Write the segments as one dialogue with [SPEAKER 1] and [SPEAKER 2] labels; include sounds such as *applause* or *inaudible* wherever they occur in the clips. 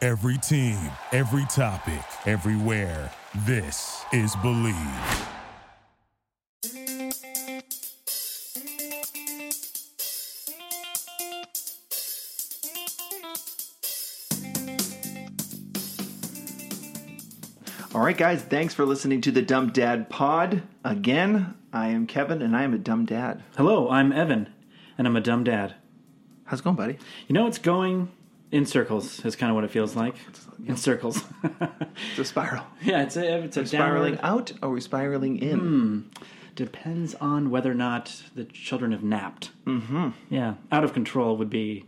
[SPEAKER 1] Every team, every topic, everywhere. This is Believe.
[SPEAKER 2] All right, guys, thanks for listening to the Dumb Dad Pod. Again, I am Kevin and I am a dumb dad.
[SPEAKER 3] Hello, I'm Evan, and I'm a dumb dad.
[SPEAKER 2] How's it going, buddy?
[SPEAKER 3] You know, it's going in circles. Is kind of what it feels like. In circles. *laughs*
[SPEAKER 2] It's a spiral.
[SPEAKER 3] yeah, it's a it's a
[SPEAKER 2] Spiraling
[SPEAKER 3] downward.
[SPEAKER 2] out or we spiraling in?
[SPEAKER 3] Depends on whether or not the children have napped. Mm-hmm. Yeah, out of control would be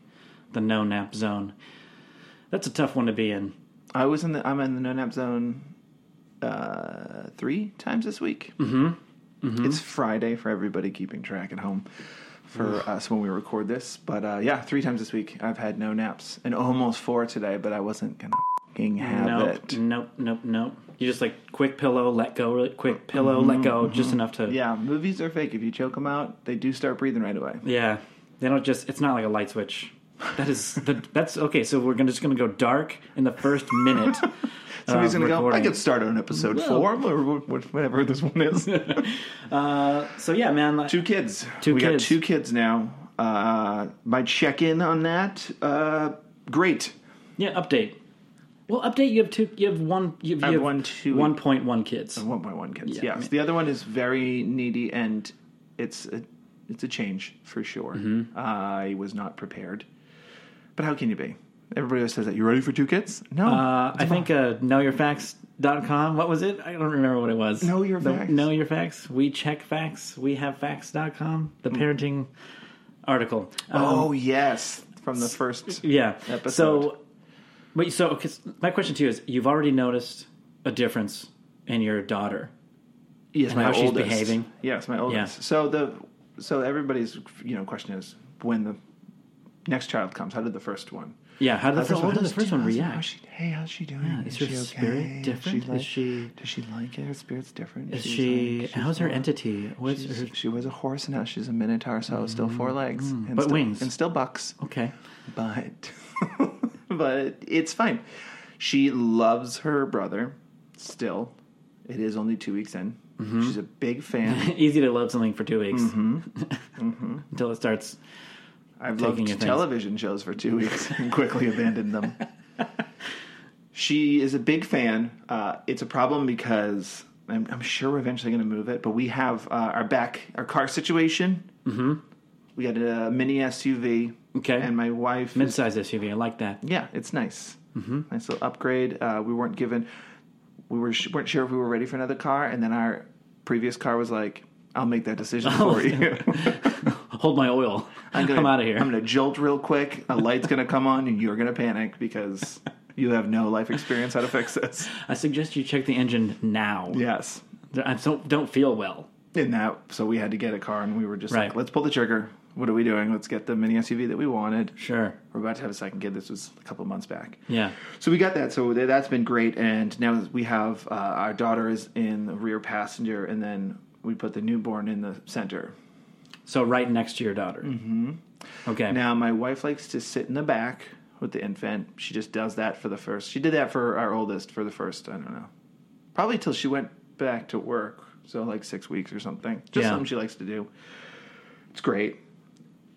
[SPEAKER 3] the no nap zone. That's a tough one to be in.
[SPEAKER 2] I was in the I'm in the no nap zone uh, three times this week. Mm-hmm. It's Friday for everybody keeping track at home for us when we record this. But uh, yeah, three times this week I've had no naps and almost four today, but I wasn't gonna fing have
[SPEAKER 3] Nope,
[SPEAKER 2] it.
[SPEAKER 3] nope, nope, nope. You just like quick pillow, let go, really quick pillow, let go, just enough to
[SPEAKER 2] Yeah, movies are fake. If you choke them out, they do start breathing right away.
[SPEAKER 3] Yeah, they don't just. It's not like a light switch. That
[SPEAKER 2] *laughs*
[SPEAKER 3] is the. That's okay. So we're gonna, just going to go dark in the first
[SPEAKER 2] *laughs*
[SPEAKER 3] minute.
[SPEAKER 2] Somebody's
[SPEAKER 3] of
[SPEAKER 2] gonna go. I
[SPEAKER 3] recording.
[SPEAKER 2] could start on episode four or wh- whatever this one
[SPEAKER 3] *laughs*
[SPEAKER 2] is.
[SPEAKER 3] So yeah, man. Like,
[SPEAKER 2] two kids.
[SPEAKER 3] Two
[SPEAKER 2] we
[SPEAKER 3] kids.
[SPEAKER 2] got two kids now. Uh, my check in on that. Uh, great.
[SPEAKER 3] yeah, update. Well, update. You have two. You have one. You have,
[SPEAKER 2] I have
[SPEAKER 3] you have
[SPEAKER 2] one, two- Oh.
[SPEAKER 3] One point one kids.
[SPEAKER 2] One by one kids.
[SPEAKER 3] Yeah,
[SPEAKER 2] yes.
[SPEAKER 3] I mean-
[SPEAKER 2] the other one is very needy, and it's a, it's a change for sure.
[SPEAKER 3] Mm-hmm.
[SPEAKER 2] I was not prepared, but how can you be? Everybody always says that. You ready for two kids? No.
[SPEAKER 3] Uh, I think uh, knowyourfacts.com. What was it? I don't remember what it was.
[SPEAKER 2] Know Your
[SPEAKER 3] The-
[SPEAKER 2] Facts.
[SPEAKER 3] Know your facts. We check facts. We have facts.com. The parenting article.
[SPEAKER 2] Hmm. oh yes, from the first.
[SPEAKER 3] Yeah.
[SPEAKER 2] episode.
[SPEAKER 3] So, wait. So, okay, s- my question to you is: You've already noticed a difference in your daughter.
[SPEAKER 2] Yes,
[SPEAKER 3] and
[SPEAKER 2] my
[SPEAKER 3] how she's
[SPEAKER 2] oldest.
[SPEAKER 3] behaving.
[SPEAKER 2] Yes, my oldest.
[SPEAKER 3] Yeah.
[SPEAKER 2] So the so everybody's you know question is when the next child comes. How did the first one?
[SPEAKER 3] Yeah. How did the
[SPEAKER 2] First
[SPEAKER 3] first,
[SPEAKER 2] one-
[SPEAKER 3] how did the first one
[SPEAKER 2] how's-
[SPEAKER 3] react?
[SPEAKER 2] how's she- hey, how's she doing?
[SPEAKER 3] Yeah, is her spirit different?
[SPEAKER 2] She
[SPEAKER 3] Is
[SPEAKER 2] like,
[SPEAKER 3] she-
[SPEAKER 2] Does she like it? Her spirit's different.
[SPEAKER 3] Is
[SPEAKER 2] Oh, She's
[SPEAKER 3] she?
[SPEAKER 2] like- she's
[SPEAKER 3] how's her
[SPEAKER 2] more-
[SPEAKER 3] entity? What's
[SPEAKER 2] she's-
[SPEAKER 3] her? Mm-hmm.
[SPEAKER 2] She was a horse, and now she's a minotaur, so still four legs, and
[SPEAKER 3] Mm. But
[SPEAKER 2] still,
[SPEAKER 3] wings. Oh.
[SPEAKER 2] and still bucks.
[SPEAKER 3] Okay. *laughs*
[SPEAKER 2] But *laughs* but it's fine. She loves her brother still. It is only two weeks in.
[SPEAKER 3] Mm-hmm.
[SPEAKER 2] She's a big
[SPEAKER 3] *laughs*
[SPEAKER 2] fan.
[SPEAKER 3] Easy to love something for two weeks
[SPEAKER 2] Mm-hmm.
[SPEAKER 3] *laughs* until it starts.
[SPEAKER 2] I've
[SPEAKER 3] taking your
[SPEAKER 2] loved
[SPEAKER 3] things.
[SPEAKER 2] television shows for two weeks and quickly abandoned
[SPEAKER 3] *laughs*
[SPEAKER 2] them. she is a big fan. Uh, it's a problem because I'm, I'm sure we're eventually going to move it, but we have uh, our back, our car situation. Mm-hmm. We got a mini SUV.
[SPEAKER 3] Okay.
[SPEAKER 2] And my wife. is-
[SPEAKER 3] Mid-sized SUV. I like that.
[SPEAKER 2] yeah, it's nice. Mm-hmm. Nice little upgrade. Uh, we weren't given, we were, sh- weren't sure if we were ready for another car, and then our previous car was like, I'll make that
[SPEAKER 3] *laughs*
[SPEAKER 2] decision
[SPEAKER 3] Oh,
[SPEAKER 2] for you.
[SPEAKER 3] Hold my oil.
[SPEAKER 2] I'm gonna,
[SPEAKER 3] *laughs* I'm out of here.
[SPEAKER 2] I'm going to jolt real quick. A light's going to come on, and you're going to panic because you have no life experience how to fix this.
[SPEAKER 3] I suggest you check the engine now.
[SPEAKER 2] Yes.
[SPEAKER 3] I don't don't feel well.
[SPEAKER 2] And that, so we had to get a car, and we were just like,
[SPEAKER 3] Right.
[SPEAKER 2] let's pull the trigger. What are we doing? Let's get the mini SUV that we wanted.
[SPEAKER 3] Sure.
[SPEAKER 2] We're about to have a second kid. This was a couple of months back.
[SPEAKER 3] Yeah.
[SPEAKER 2] So we got that. So th- that's been great. And now we have uh, our daughter is in the rear passenger, and then we put the newborn in the center.
[SPEAKER 3] So right next to your daughter. Mm-hmm. Okay.
[SPEAKER 2] Now, my wife likes to sit in the back with the infant. She just does that for the first. She did that for our oldest for the first, I don't know, probably till she went back to work. So, like six weeks or something. Just
[SPEAKER 3] Yeah.
[SPEAKER 2] something she likes to do. It's great.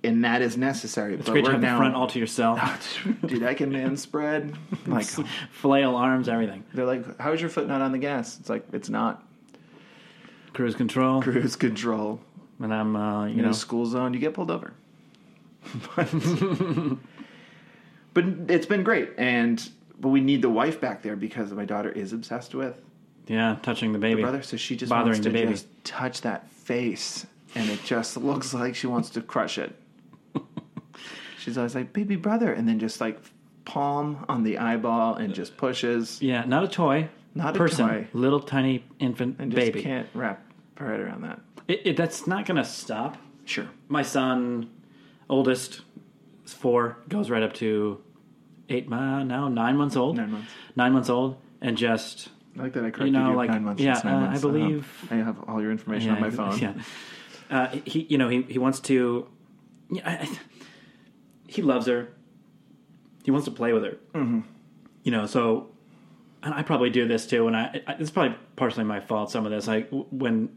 [SPEAKER 2] And that is necessary.
[SPEAKER 3] it's great to have the front all to yourself.
[SPEAKER 2] *laughs* Dude, I can man
[SPEAKER 3] *laughs*
[SPEAKER 2] spread. Like,
[SPEAKER 3] Flail arms, everything.
[SPEAKER 2] they're like, how's your foot not on the gas? It's like, it's not. *laughs*
[SPEAKER 3] Cruise control.
[SPEAKER 2] Cruise control.
[SPEAKER 3] And I'm, uh, you
[SPEAKER 2] in
[SPEAKER 3] know,
[SPEAKER 2] a school zone, you get pulled *laughs* over. but, but it's been great, and but we need the wife back there because my daughter is obsessed with
[SPEAKER 3] yeah, touching the baby.
[SPEAKER 2] brother, so she just
[SPEAKER 3] Bothering
[SPEAKER 2] wants to
[SPEAKER 3] the baby.
[SPEAKER 2] just touch that face, and it just *laughs* looks like she wants to crush
[SPEAKER 3] *laughs*
[SPEAKER 2] it. She's always like baby brother, and then just like palm on the eyeball and just pushes.
[SPEAKER 3] Yeah, not a toy.
[SPEAKER 2] Not a
[SPEAKER 3] person,
[SPEAKER 2] toy.
[SPEAKER 3] Little tiny infant
[SPEAKER 2] and just
[SPEAKER 3] baby.
[SPEAKER 2] can't wrap her head around that.
[SPEAKER 3] It, it, that's not going to stop.
[SPEAKER 2] Sure.
[SPEAKER 3] My son, oldest, is four, goes right up to eight, uh, now nine months old.
[SPEAKER 2] Nine months.
[SPEAKER 3] Nine months old, and just
[SPEAKER 2] I like that I corrected
[SPEAKER 3] know,
[SPEAKER 2] you
[SPEAKER 3] like-
[SPEAKER 2] nine months.
[SPEAKER 3] yeah,
[SPEAKER 2] it's nine
[SPEAKER 3] uh, I
[SPEAKER 2] months. Uh-huh.
[SPEAKER 3] believe-
[SPEAKER 2] I have all your information on my phone.
[SPEAKER 3] Yeah. Uh, he, you know, he, he wants to. Yeah, I, I- he loves her. He wants to play with her. Mm-hmm. You you know, so and I probably do this too. And I, I it's probably partially my fault. Some of this, I when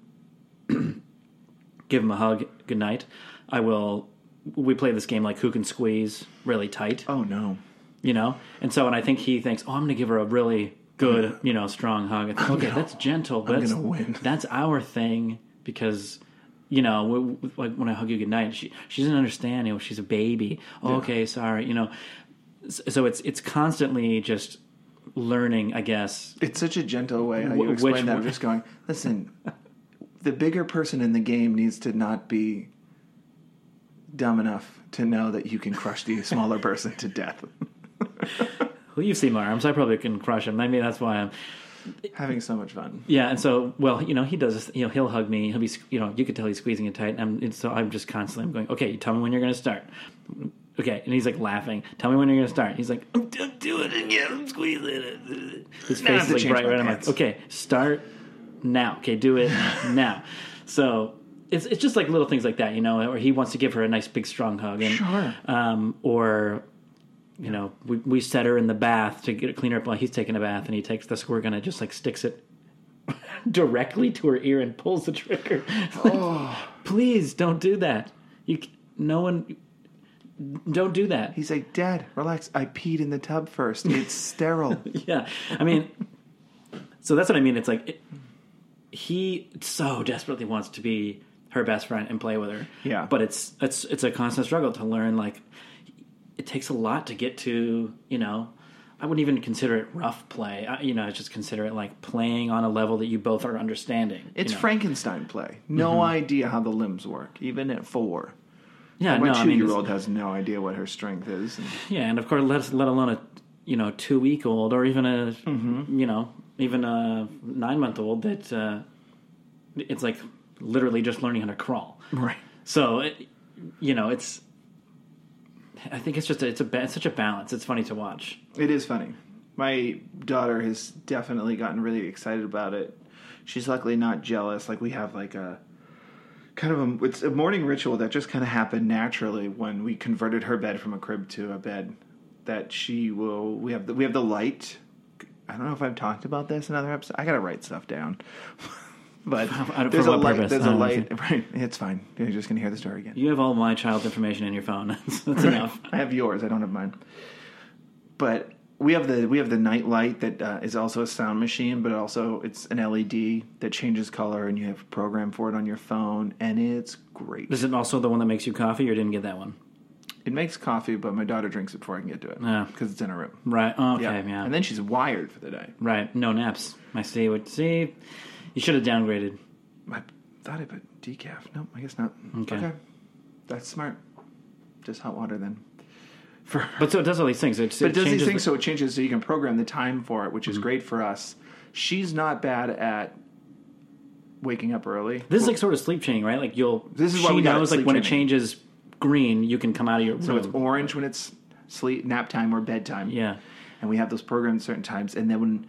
[SPEAKER 3] *clears throat* give him a hug, good night. I will. We play this game like who can squeeze really tight,
[SPEAKER 2] Oh no.
[SPEAKER 3] you know. And so, and I think he thinks, oh, I'm going to give her a really good, you know, strong hug. It's, okay,
[SPEAKER 2] gonna-
[SPEAKER 3] that's gentle, but that's,
[SPEAKER 2] gonna
[SPEAKER 3] *laughs*
[SPEAKER 2] win.
[SPEAKER 3] that's our thing because. You know, w- w- like when I hug you goodnight, she she doesn't understand. You know, she's a baby. Oh, Okay, sorry. You know, S- so it's it's constantly just learning, I guess.
[SPEAKER 2] It's such a gentle way how
[SPEAKER 3] Wh-
[SPEAKER 2] you
[SPEAKER 3] which
[SPEAKER 2] explain that. I'm
[SPEAKER 3] one?
[SPEAKER 2] just going, listen, the bigger person in the game needs to not be dumb enough to know that you can crush the smaller person to death. *laughs*
[SPEAKER 3] Well, you've seen my arms. I probably can crush him. Maybe that's why I'm.
[SPEAKER 2] Having so much fun.
[SPEAKER 3] Yeah, and so well, you know, he does. This, you know, he'll hug me. He'll be, you know, you could tell he's squeezing it tight. And, I'm, and so I'm just constantly, I'm going, okay, you tell me when you're going to start. Okay, and he's like laughing. Tell me when you're going to start. He's like, I'm, I'm doing it again. I'm squeezing it. His
[SPEAKER 2] I have
[SPEAKER 3] face is
[SPEAKER 2] to
[SPEAKER 3] like
[SPEAKER 2] change
[SPEAKER 3] bright
[SPEAKER 2] my
[SPEAKER 3] red. I'm like,
[SPEAKER 2] pants.
[SPEAKER 3] okay, start now. Okay,
[SPEAKER 2] *laughs*
[SPEAKER 3] do it now. So it's it's just like little things like that, you know. Or he wants to give her a nice big strong hug. And,
[SPEAKER 2] Sure.
[SPEAKER 3] um, or you know we, we set her in the bath to get it clean her up while he's taking a bath and he takes the squirt gun and just like sticks it *laughs* directly to her ear and pulls the trigger *laughs* please don't do that you c- no one don't do that
[SPEAKER 2] He's like, Dad, relax. I peed in the tub first. It's
[SPEAKER 3] *laughs*
[SPEAKER 2] sterile.
[SPEAKER 3] yeah i mean so that's what i mean it's like it, he so desperately wants to be her best friend and play with her
[SPEAKER 2] Yeah.
[SPEAKER 3] but it's it's it's a constant struggle to learn like it takes a lot to get to you know i wouldn't even consider it rough play I, you know i just consider it like playing on a level that you both are understanding you
[SPEAKER 2] It's
[SPEAKER 3] know? Mm-hmm.
[SPEAKER 2] Frankenstein play. No idea how the limbs work, even at four.
[SPEAKER 3] yeah
[SPEAKER 2] My
[SPEAKER 3] no, I
[SPEAKER 2] two
[SPEAKER 3] mean,
[SPEAKER 2] year
[SPEAKER 3] it's-
[SPEAKER 2] old has no idea what her strength
[SPEAKER 3] *laughs*
[SPEAKER 2] is. And
[SPEAKER 3] Yeah, and of course, let let alone a you know two week old or even a
[SPEAKER 2] Mm-hmm.
[SPEAKER 3] you know even a nine month old that uh, it's like literally just learning how to crawl.
[SPEAKER 2] Right.
[SPEAKER 3] So it, you know, it's I think it's just a, it's a ba- it's such a balance. It's funny to watch.
[SPEAKER 2] It is funny. My daughter has definitely gotten really excited about it. She's luckily not jealous. Like we have like a kind of a it's a morning ritual that just kind of happened naturally when we converted her bed from a crib to a bed that she will we have the, we have the light. I don't know if I've talked about this in other episodes. I gotta write stuff down. *laughs* but
[SPEAKER 3] *laughs* For- for
[SPEAKER 2] there's a
[SPEAKER 3] what
[SPEAKER 2] light.
[SPEAKER 3] purpose?
[SPEAKER 2] There's
[SPEAKER 3] I
[SPEAKER 2] a
[SPEAKER 3] don't know.
[SPEAKER 2] light. *laughs* Right. It's fine. You're just gonna hear the story again.
[SPEAKER 3] You have all my child information in your phone. *laughs* That's, that's enough.
[SPEAKER 2] I have yours. I don't have mine. But we have the we have the night light that uh, is also a sound machine, but also it's an LED that changes color, and you have a program for it on your phone, and it's great.
[SPEAKER 3] Is it also the one that makes you coffee, or didn't get that one?
[SPEAKER 2] It makes coffee, but my daughter drinks it before I can get to it
[SPEAKER 3] Yeah.
[SPEAKER 2] because it's in her room.
[SPEAKER 3] Right. Oh, okay.
[SPEAKER 2] Yeah.
[SPEAKER 3] Yeah.
[SPEAKER 2] and then she's wired for the day.
[SPEAKER 3] right. No naps. I see. What see? You should have downgraded.
[SPEAKER 2] I thought I put decaf. Nope, I guess not.
[SPEAKER 3] Okay.
[SPEAKER 2] that's smart. Just hot water then. For
[SPEAKER 3] But so it does all these things. It's,
[SPEAKER 2] But it does these
[SPEAKER 3] changes
[SPEAKER 2] things
[SPEAKER 3] the- Mm-hmm.
[SPEAKER 2] so it changes so you can program the time for it, which is great for us. She's not bad at waking up early.
[SPEAKER 3] This is like sort of sleep training, right? Like you'll.
[SPEAKER 2] This is
[SPEAKER 3] she
[SPEAKER 2] why we got
[SPEAKER 3] knows
[SPEAKER 2] it,
[SPEAKER 3] like
[SPEAKER 2] sleep
[SPEAKER 3] when it
[SPEAKER 2] training.
[SPEAKER 3] changes green, you can come out of your room.
[SPEAKER 2] So it's orange when it's sleep nap time or bedtime.
[SPEAKER 3] yeah,
[SPEAKER 2] And we have those programmed at certain times and then when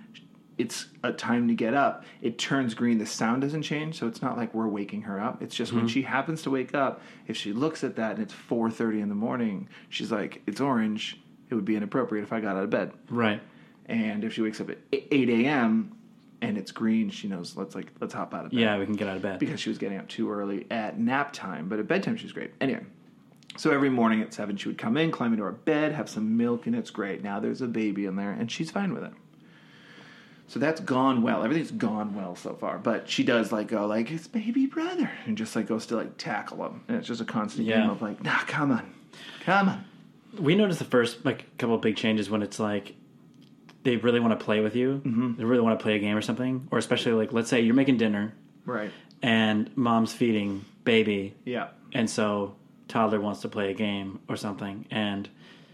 [SPEAKER 2] it's a time to get up, it turns green. The sound doesn't change, so it's not like we're waking her up. It's just
[SPEAKER 3] Mm-hmm.
[SPEAKER 2] when she happens to wake up, if she looks at that and it's four thirty in the morning, she's like, It's orange. It would be inappropriate if I got out of bed.
[SPEAKER 3] right.
[SPEAKER 2] And if she wakes up at e- 8 a.m. and it's green, she knows let's like let's hop out of bed
[SPEAKER 3] Yeah, we can get out of bed.
[SPEAKER 2] because she was getting up too early at nap time. But at bedtime, she was great. Anyway, so every morning at seven, she would come in, climb into our bed, have some milk, and it's great. Now there's a baby in there, and she's fine with it. So that's gone well. Everything's gone well so far. But she does like go like it's baby brother, and just like goes to like tackle him, and it's just a constant
[SPEAKER 3] Yeah.
[SPEAKER 2] game of like, nah, come on, come on.
[SPEAKER 3] we noticed the first like couple of big changes when it's like they really want to play with you. Mm-hmm. They really want to play a game or something, or especially like let's say you're making dinner
[SPEAKER 2] Right.
[SPEAKER 3] and mom's feeding baby,
[SPEAKER 2] Yeah.
[SPEAKER 3] and so toddler wants to play a game or something and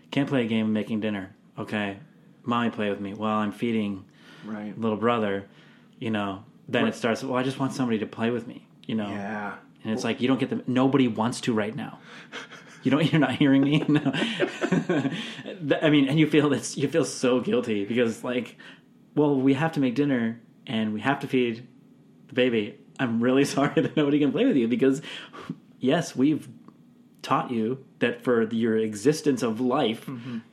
[SPEAKER 3] can't play a game making dinner. Okay, mommy play with me while I'm feeding
[SPEAKER 2] Right.
[SPEAKER 3] little brother, you know, then it starts. Well, I just want somebody to play with me, you know.
[SPEAKER 2] Yeah.
[SPEAKER 3] And it's like you don't get the nobody wants to
[SPEAKER 2] *laughs*
[SPEAKER 3] right now. You don't. You're not hearing me. No. *laughs* That- I mean, and you feel this. You feel so guilty because like, well, we have to make dinner and we have to feed *laughs* the baby. I'm really sorry that nobody can play with you because, yes, we've taught you that for the- your existence of life,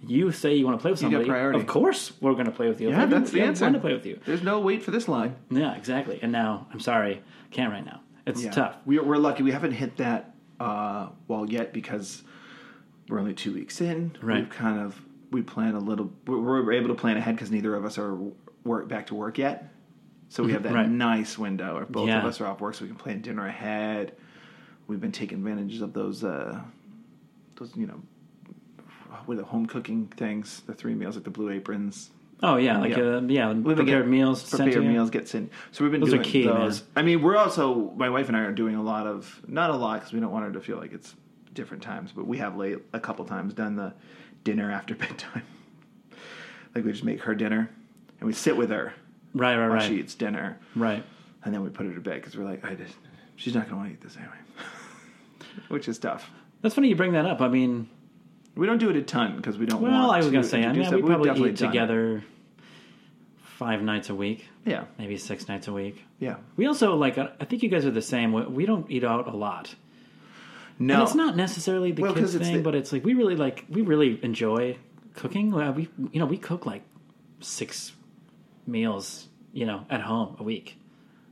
[SPEAKER 3] you say you want to play with
[SPEAKER 2] Mm-hmm. got
[SPEAKER 3] somebody.
[SPEAKER 2] priority.
[SPEAKER 3] Of course, we're going to play with you.
[SPEAKER 2] Yeah, that's the
[SPEAKER 3] I
[SPEAKER 2] answer.
[SPEAKER 3] want to play with you.
[SPEAKER 2] There's no wait for this line.
[SPEAKER 3] Yeah, exactly. And now, I'm sorry, can't right now. It's tough.
[SPEAKER 2] We're, we're lucky we haven't hit that uh, wall yet because we're only two weeks in.
[SPEAKER 3] Right.
[SPEAKER 2] We've kind of we plan a little. We're, we're able to plan ahead because neither of us are work back to work yet. So we have that
[SPEAKER 3] Right.
[SPEAKER 2] nice window where both of
[SPEAKER 3] Yeah.
[SPEAKER 2] us are off work, so we can plan dinner ahead. We've been taking advantages of those, uh, those you know, with the home cooking things, the three meals, like the Blue Aprons,
[SPEAKER 3] Oh yeah, like
[SPEAKER 2] Yeah.
[SPEAKER 3] yeah, uh, yeah
[SPEAKER 2] been
[SPEAKER 3] prepared
[SPEAKER 2] getting-
[SPEAKER 3] meals, sent to
[SPEAKER 2] prepared
[SPEAKER 3] you.
[SPEAKER 2] meals get sent. So we've been
[SPEAKER 3] Those are
[SPEAKER 2] doing
[SPEAKER 3] key,
[SPEAKER 2] those. I mean, we're also my wife and I are doing a lot of not a lot because we don't want her to feel like it's different times, but we have late a couple times done the dinner after *laughs* bedtime. like we just make her dinner and we sit with her
[SPEAKER 3] Right, right,
[SPEAKER 2] while
[SPEAKER 3] right,
[SPEAKER 2] she eats dinner,
[SPEAKER 3] right.
[SPEAKER 2] and then we put her to bed because we're like, I just she's not going to want to eat this anyway, *laughs* which is tough.
[SPEAKER 3] That's funny you bring that up. I mean,
[SPEAKER 2] We don't do it a ton because we don't.
[SPEAKER 3] well,
[SPEAKER 2] want
[SPEAKER 3] I was
[SPEAKER 2] to
[SPEAKER 3] gonna say, I mean,
[SPEAKER 2] introduce
[SPEAKER 3] we
[SPEAKER 2] that, but we've definitely
[SPEAKER 3] probably eat
[SPEAKER 2] done it.
[SPEAKER 3] together five nights a week,
[SPEAKER 2] Yeah,
[SPEAKER 3] maybe six nights a week.
[SPEAKER 2] yeah.
[SPEAKER 3] We also like, uh, I I think you guys are the same. We- We don't eat out a lot.
[SPEAKER 2] No,
[SPEAKER 3] And it's not necessarily the
[SPEAKER 2] Well, 'cause
[SPEAKER 3] kids
[SPEAKER 2] it's
[SPEAKER 3] thing,
[SPEAKER 2] the-
[SPEAKER 3] but it's like we really like we really enjoy cooking. Well, We you know we cook like six meals you know at home a week.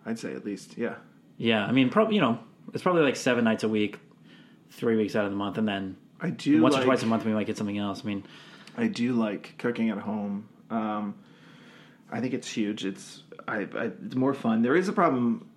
[SPEAKER 2] I'd say at least yeah.
[SPEAKER 3] Yeah, I mean probably you know it's probably like seven nights a week, three weeks out of the month, and then
[SPEAKER 2] I do
[SPEAKER 3] once
[SPEAKER 2] like-
[SPEAKER 3] or twice a month we might get something else. I mean,
[SPEAKER 2] I do like cooking at home. Um, I think it's huge. It's I, I it's more fun. There is a problem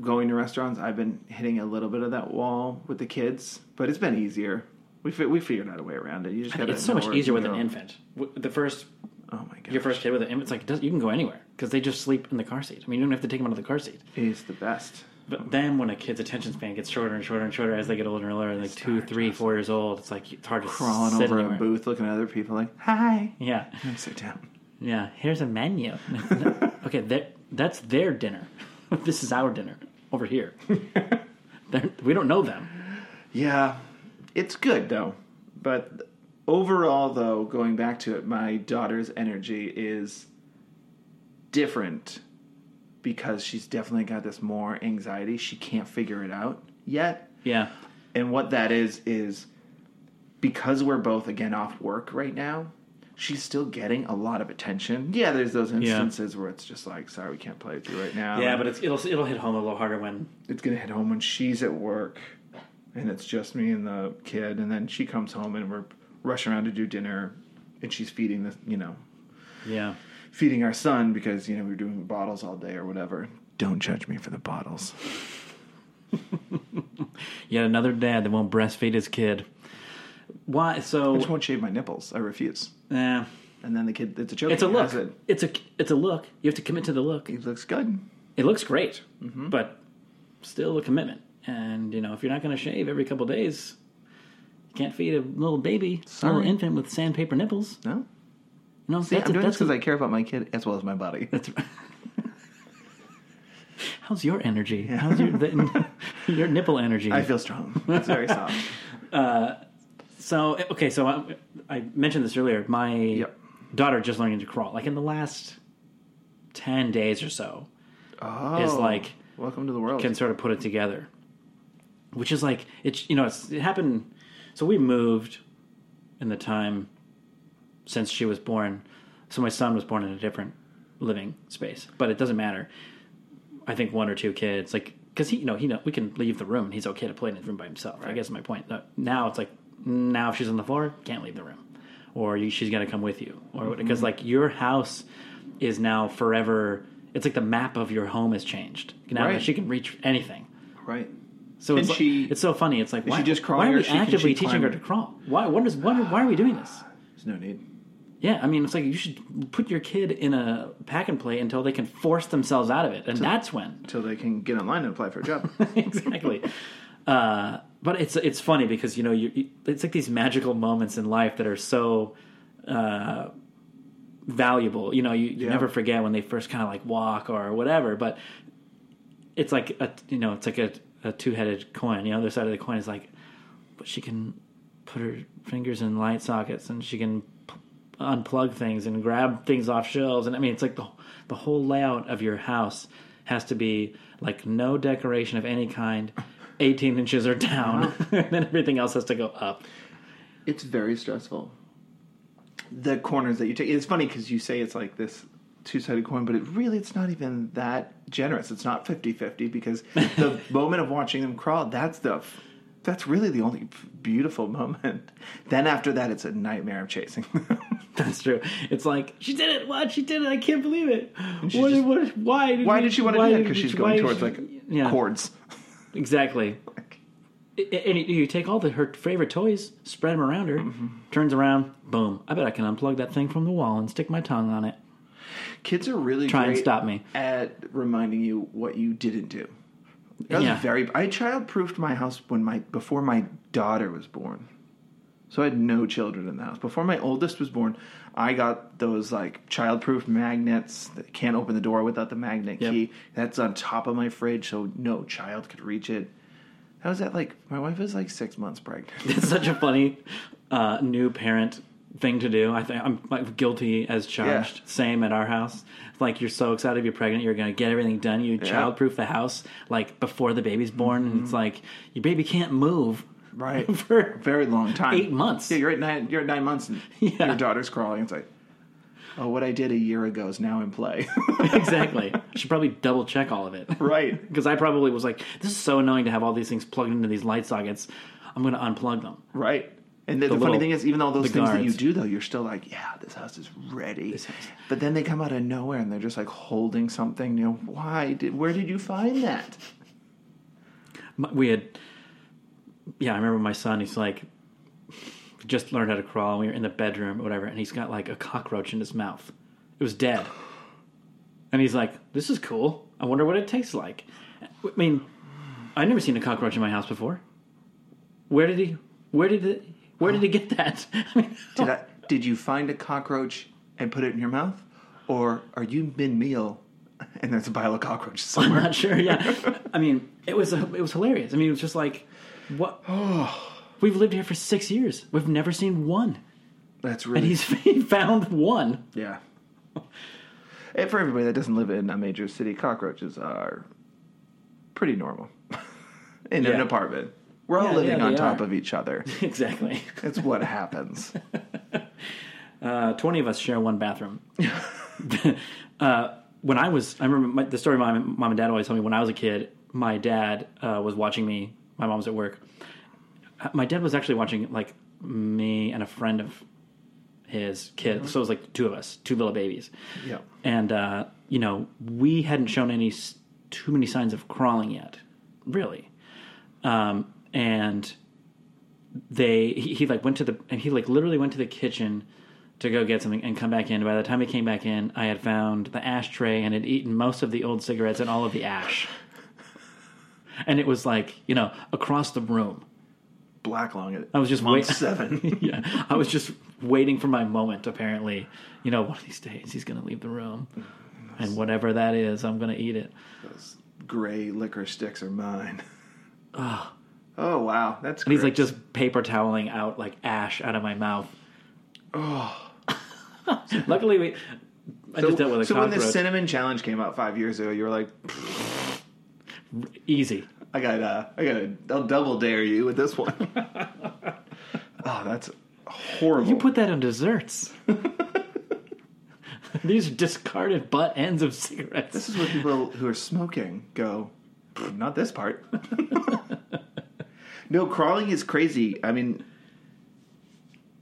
[SPEAKER 2] going to restaurants. I've been hitting a little bit of that wall with the kids, but it's been easier. We fi- we figured out a way around it. You just got
[SPEAKER 3] it's so much easier with an infant. W- The first
[SPEAKER 2] Oh my god,
[SPEAKER 3] your first kid with an infant, it's like it does- you can go anywhere because they just sleep in the car seat. I mean, you don't have to take them out of the car seat.
[SPEAKER 2] is the best.
[SPEAKER 3] But then when a kid's attention span gets shorter and shorter and shorter as they get older and older, like two, three, four years old, it's like it's hard to
[SPEAKER 2] Crawling
[SPEAKER 3] sit
[SPEAKER 2] over
[SPEAKER 3] anywhere.
[SPEAKER 2] a booth, looking at other people, like hi.
[SPEAKER 3] Yeah,
[SPEAKER 2] And sit down.
[SPEAKER 3] yeah. Here's a menu. *laughs* okay, that that's their dinner. *laughs* this is our dinner
[SPEAKER 2] *laughs*
[SPEAKER 3] over here. They're- we don't know them.
[SPEAKER 2] Yeah, it's good though. But overall, though, going back to it, my daughter's energy is different because she's definitely got this more anxiety. She can't figure it out yet.
[SPEAKER 3] Yeah,
[SPEAKER 2] And what that is, is because we're both again off work right now, she's still getting a lot of attention. Yeah, there's those instances where it's just like, sorry, we can't play with you right now.
[SPEAKER 3] yeah. But it's, it'll it'll hit home a little harder when
[SPEAKER 2] it's gonna hit home when she's at work and it's just me and the kid and then she comes home and we're rushing around to do dinner and she's feeding the you know
[SPEAKER 3] yeah.
[SPEAKER 2] feeding our son because you know we were doing bottles all day or whatever don't judge me for the bottles
[SPEAKER 3] Yet another dad that won't breastfeed his kid. Why? So
[SPEAKER 2] i just won't shave my nipples i refuse
[SPEAKER 3] eh,
[SPEAKER 2] and then the kid it's a joke
[SPEAKER 3] it's a
[SPEAKER 2] He
[SPEAKER 3] look.
[SPEAKER 2] has it. Mm-hmm.
[SPEAKER 3] It's a it's a look. You have to commit to the look.
[SPEAKER 2] he looks good
[SPEAKER 3] it looks great,
[SPEAKER 2] Mm-hmm.
[SPEAKER 3] but still a commitment. And you know, if you're not going to shave every couple days, you can't feed a little baby, a
[SPEAKER 2] Sorry.
[SPEAKER 3] little infant with sandpaper nipples.
[SPEAKER 2] no
[SPEAKER 3] You know,
[SPEAKER 2] See,
[SPEAKER 3] that's
[SPEAKER 2] i'm
[SPEAKER 3] a,
[SPEAKER 2] doing this
[SPEAKER 3] that's
[SPEAKER 2] because
[SPEAKER 3] a,
[SPEAKER 2] i care about my kid as well as my body
[SPEAKER 3] that's. How's your energy? How's
[SPEAKER 2] *laughs*
[SPEAKER 3] your the, *laughs* your nipple energy?
[SPEAKER 2] i feel strong it's very
[SPEAKER 3] *laughs*
[SPEAKER 2] soft
[SPEAKER 3] so okay, so I, I mentioned this earlier. My
[SPEAKER 2] Yep.
[SPEAKER 3] daughter just learning to crawl, like in the last ten days or so,
[SPEAKER 2] oh
[SPEAKER 3] is like
[SPEAKER 2] welcome to the world
[SPEAKER 3] can sort of put it together. Which is like it's you know it's, it happened. So we moved in the time since she was born. So my son was born in a different living space, but it doesn't matter. I think one or two kids, like because he you know he know we can leave the room. and He's okay to play in his room by himself. I guess is my point. Uh, Now it's like now if she's on the floor, can't leave the room, or you, she's got to come with you, or because
[SPEAKER 2] Mm-hmm.
[SPEAKER 3] like your house is now forever. It's like the map of your home has changed. Now
[SPEAKER 2] Right.
[SPEAKER 3] that she can reach anything.
[SPEAKER 2] right
[SPEAKER 3] So
[SPEAKER 2] And
[SPEAKER 3] it's, like-
[SPEAKER 2] she-
[SPEAKER 3] it's so funny. It's like why,
[SPEAKER 2] she just
[SPEAKER 3] why
[SPEAKER 2] crawling
[SPEAKER 3] are
[SPEAKER 2] or
[SPEAKER 3] we
[SPEAKER 2] she- can
[SPEAKER 3] actively
[SPEAKER 2] she
[SPEAKER 3] teaching
[SPEAKER 2] climb
[SPEAKER 3] her
[SPEAKER 2] it?
[SPEAKER 3] to crawl? Why what is why, why are we doing this?
[SPEAKER 2] there's no need
[SPEAKER 3] Yeah, I mean, it's like you should put your kid in a pack and play until they can force themselves out of it, and that's when *laughs*
[SPEAKER 2] until they can get online and apply for a job
[SPEAKER 3] exactly. uh, but it's it's funny because you know you you- it's like these magical moments in life that are so uh, valuable. You know, you, you
[SPEAKER 2] Yeah.
[SPEAKER 3] never forget when they first kind of like walk or whatever. But it's like a you know it's like a, a two headed coin. The other side of the coin is like, but she can put her fingers in light sockets and she can p- unplug things and grab things off shelves and i mean it's like the the whole layout of your house has to be like no decoration of any kind 18 inches are down,
[SPEAKER 2] Uh-huh.
[SPEAKER 3] *laughs* and then everything else has to go up. *laughs*
[SPEAKER 2] It's very stressful. The corners that you take. It's funny because you say it's like this two-sided coin, but it really it's not even that generous. It's not 50-50
[SPEAKER 3] *laughs*
[SPEAKER 2] because the moment of watching them crawl, that's the that's really the only beautiful moment. Then after that, it's a nightmare of chasing them. *laughs*
[SPEAKER 3] That's true. It's like she did it. What she did it. I can't believe it.
[SPEAKER 2] she
[SPEAKER 3] What,
[SPEAKER 2] just-
[SPEAKER 3] what, why? Did
[SPEAKER 2] Why
[SPEAKER 3] we-
[SPEAKER 2] did she want to
[SPEAKER 3] why
[SPEAKER 2] do that?
[SPEAKER 3] did
[SPEAKER 2] Because
[SPEAKER 3] we-
[SPEAKER 2] she's going
[SPEAKER 3] why did
[SPEAKER 2] towards
[SPEAKER 3] she-
[SPEAKER 2] like
[SPEAKER 3] yeah,
[SPEAKER 2] cords. *laughs*
[SPEAKER 3] Exactly. I- I- And you you take all the her favorite toys, spread them around her.
[SPEAKER 2] Mm-hmm.
[SPEAKER 3] Turns around, boom! I bet I can unplug that thing from the wall and stick my tongue on it. *laughs*
[SPEAKER 2] Kids are really
[SPEAKER 3] Try and
[SPEAKER 2] great
[SPEAKER 3] stop me.
[SPEAKER 2] at reminding you what you didn't do. That was
[SPEAKER 3] Yeah.
[SPEAKER 2] very. I child-proofed my house when my before my daughter was born, so I had no children in the house. Before my oldest was born, I got those like child-proof magnets that can't open the door without the magnet
[SPEAKER 3] Yep.
[SPEAKER 2] key. That's on top of my fridge, so no child could reach it. That was at like my wife was like six months pregnant.
[SPEAKER 3] It's such a funny uh, new parent thing to do. I think I'm like guilty as charged.
[SPEAKER 2] Yeah.
[SPEAKER 3] Same at our house. Like you're so excited you're pregnant, you're gonna get everything done. You childproof the house like before the baby's born, and it's like your baby can't move
[SPEAKER 2] Mm-hmm. *laughs* right.
[SPEAKER 3] for
[SPEAKER 2] very long time.
[SPEAKER 3] eight months.
[SPEAKER 2] Yeah, you're at nine. You're at nine months, and
[SPEAKER 3] *laughs* Yeah.
[SPEAKER 2] your daughter's crawling. It's like, oh, what I did a year ago is now in play.
[SPEAKER 3] *laughs*
[SPEAKER 2] *laughs*
[SPEAKER 3] exactly. Should probably double check all of it.
[SPEAKER 2] right.
[SPEAKER 3] Because I probably was like, this is so annoying to have all these things plugged into these light sockets. I'm going to unplug them.
[SPEAKER 2] Right. And the, the
[SPEAKER 3] little-
[SPEAKER 2] funny thing is, even all those
[SPEAKER 3] the
[SPEAKER 2] things that you
[SPEAKER 3] guards.
[SPEAKER 2] do, though, you're still like, yeah, this house is ready.
[SPEAKER 3] house-
[SPEAKER 2] But then they come out of nowhere and they're just like holding something. You know, why did? Where did you find that?
[SPEAKER 3] My- We had, yeah, I remember my son, he's like, just learned how to crawl. We were in the bedroom or whatever, and he's got like a cockroach in his mouth. It was dead. And he's like, this is cool. I wonder what it tastes like. I mean, I've never seen a cockroach in my house before. Where did he, where did it, where did he get that? *laughs* I mean,
[SPEAKER 2] Did I? Did you find a cockroach and put it in your mouth, or are you mid meal and there's a pile of cockroaches somewhere?
[SPEAKER 3] I'm not sure. Yeah, I mean, it was it was hilarious. I mean, it was just like, what? We've lived here for six years. We've never seen one,
[SPEAKER 2] That's
[SPEAKER 3] and
[SPEAKER 2] really
[SPEAKER 3] he's *laughs* he found one.
[SPEAKER 2] Yeah. *laughs* and for everybody that doesn't live in a major city, cockroaches are pretty normal *laughs* in an
[SPEAKER 3] Yeah.
[SPEAKER 2] apartment. We're all
[SPEAKER 3] Yeah,
[SPEAKER 2] living
[SPEAKER 3] yeah,
[SPEAKER 2] on
[SPEAKER 3] they
[SPEAKER 2] top
[SPEAKER 3] are.
[SPEAKER 2] of each other.
[SPEAKER 3] Exactly.
[SPEAKER 2] It's
[SPEAKER 3] *laughs*
[SPEAKER 2] what happens.
[SPEAKER 3] Uh, Twenty of us share one bathroom. uh, when I was, I remember my, the story my mom and dad always told me. When I was a kid, my dad uh, was watching me. My mom was at work. Uh, My dad was actually watching like me and a friend of his kid. So it was like two of us, two little babies.
[SPEAKER 2] yeah.
[SPEAKER 3] and uh, you know we hadn't shown any s- too many signs of crawling yet, really. Um, and they he, he like went to the and he like literally went to the kitchen to go get something and come back in. By the time he came back in, I had found the ashtray and had eaten most of the old cigarettes and all of the ash. And it was like you know across the room.
[SPEAKER 2] Black long it.
[SPEAKER 3] I was just
[SPEAKER 2] month
[SPEAKER 3] wait-
[SPEAKER 2] seven.
[SPEAKER 3] *laughs* yeah, I was just waiting for my moment. Apparently, you know, one of these days he's going to leave the room, and whatever that is, I'm going to eat it.
[SPEAKER 2] Those gray liquor sticks are mine. Oh. wow. That's
[SPEAKER 3] And he's like just paper toweling out like ash out of my mouth. Oh, *laughs* luckily we. I
[SPEAKER 2] so,
[SPEAKER 3] just dealt with a
[SPEAKER 2] so when
[SPEAKER 3] cockroach.
[SPEAKER 2] the cinnamon challenge came out five years ago, you were like,
[SPEAKER 3] Easy.
[SPEAKER 2] I got uh, I got a, I'll double dare you with this
[SPEAKER 3] *laughs*
[SPEAKER 2] one. oh, that's horrible.
[SPEAKER 3] You put that
[SPEAKER 2] *laughs*
[SPEAKER 3] on desserts. These are discarded butt ends of cigarettes.
[SPEAKER 2] This is where people who are smoking go, "Pfft, not this part. *laughs* no, crawling is crazy. I mean,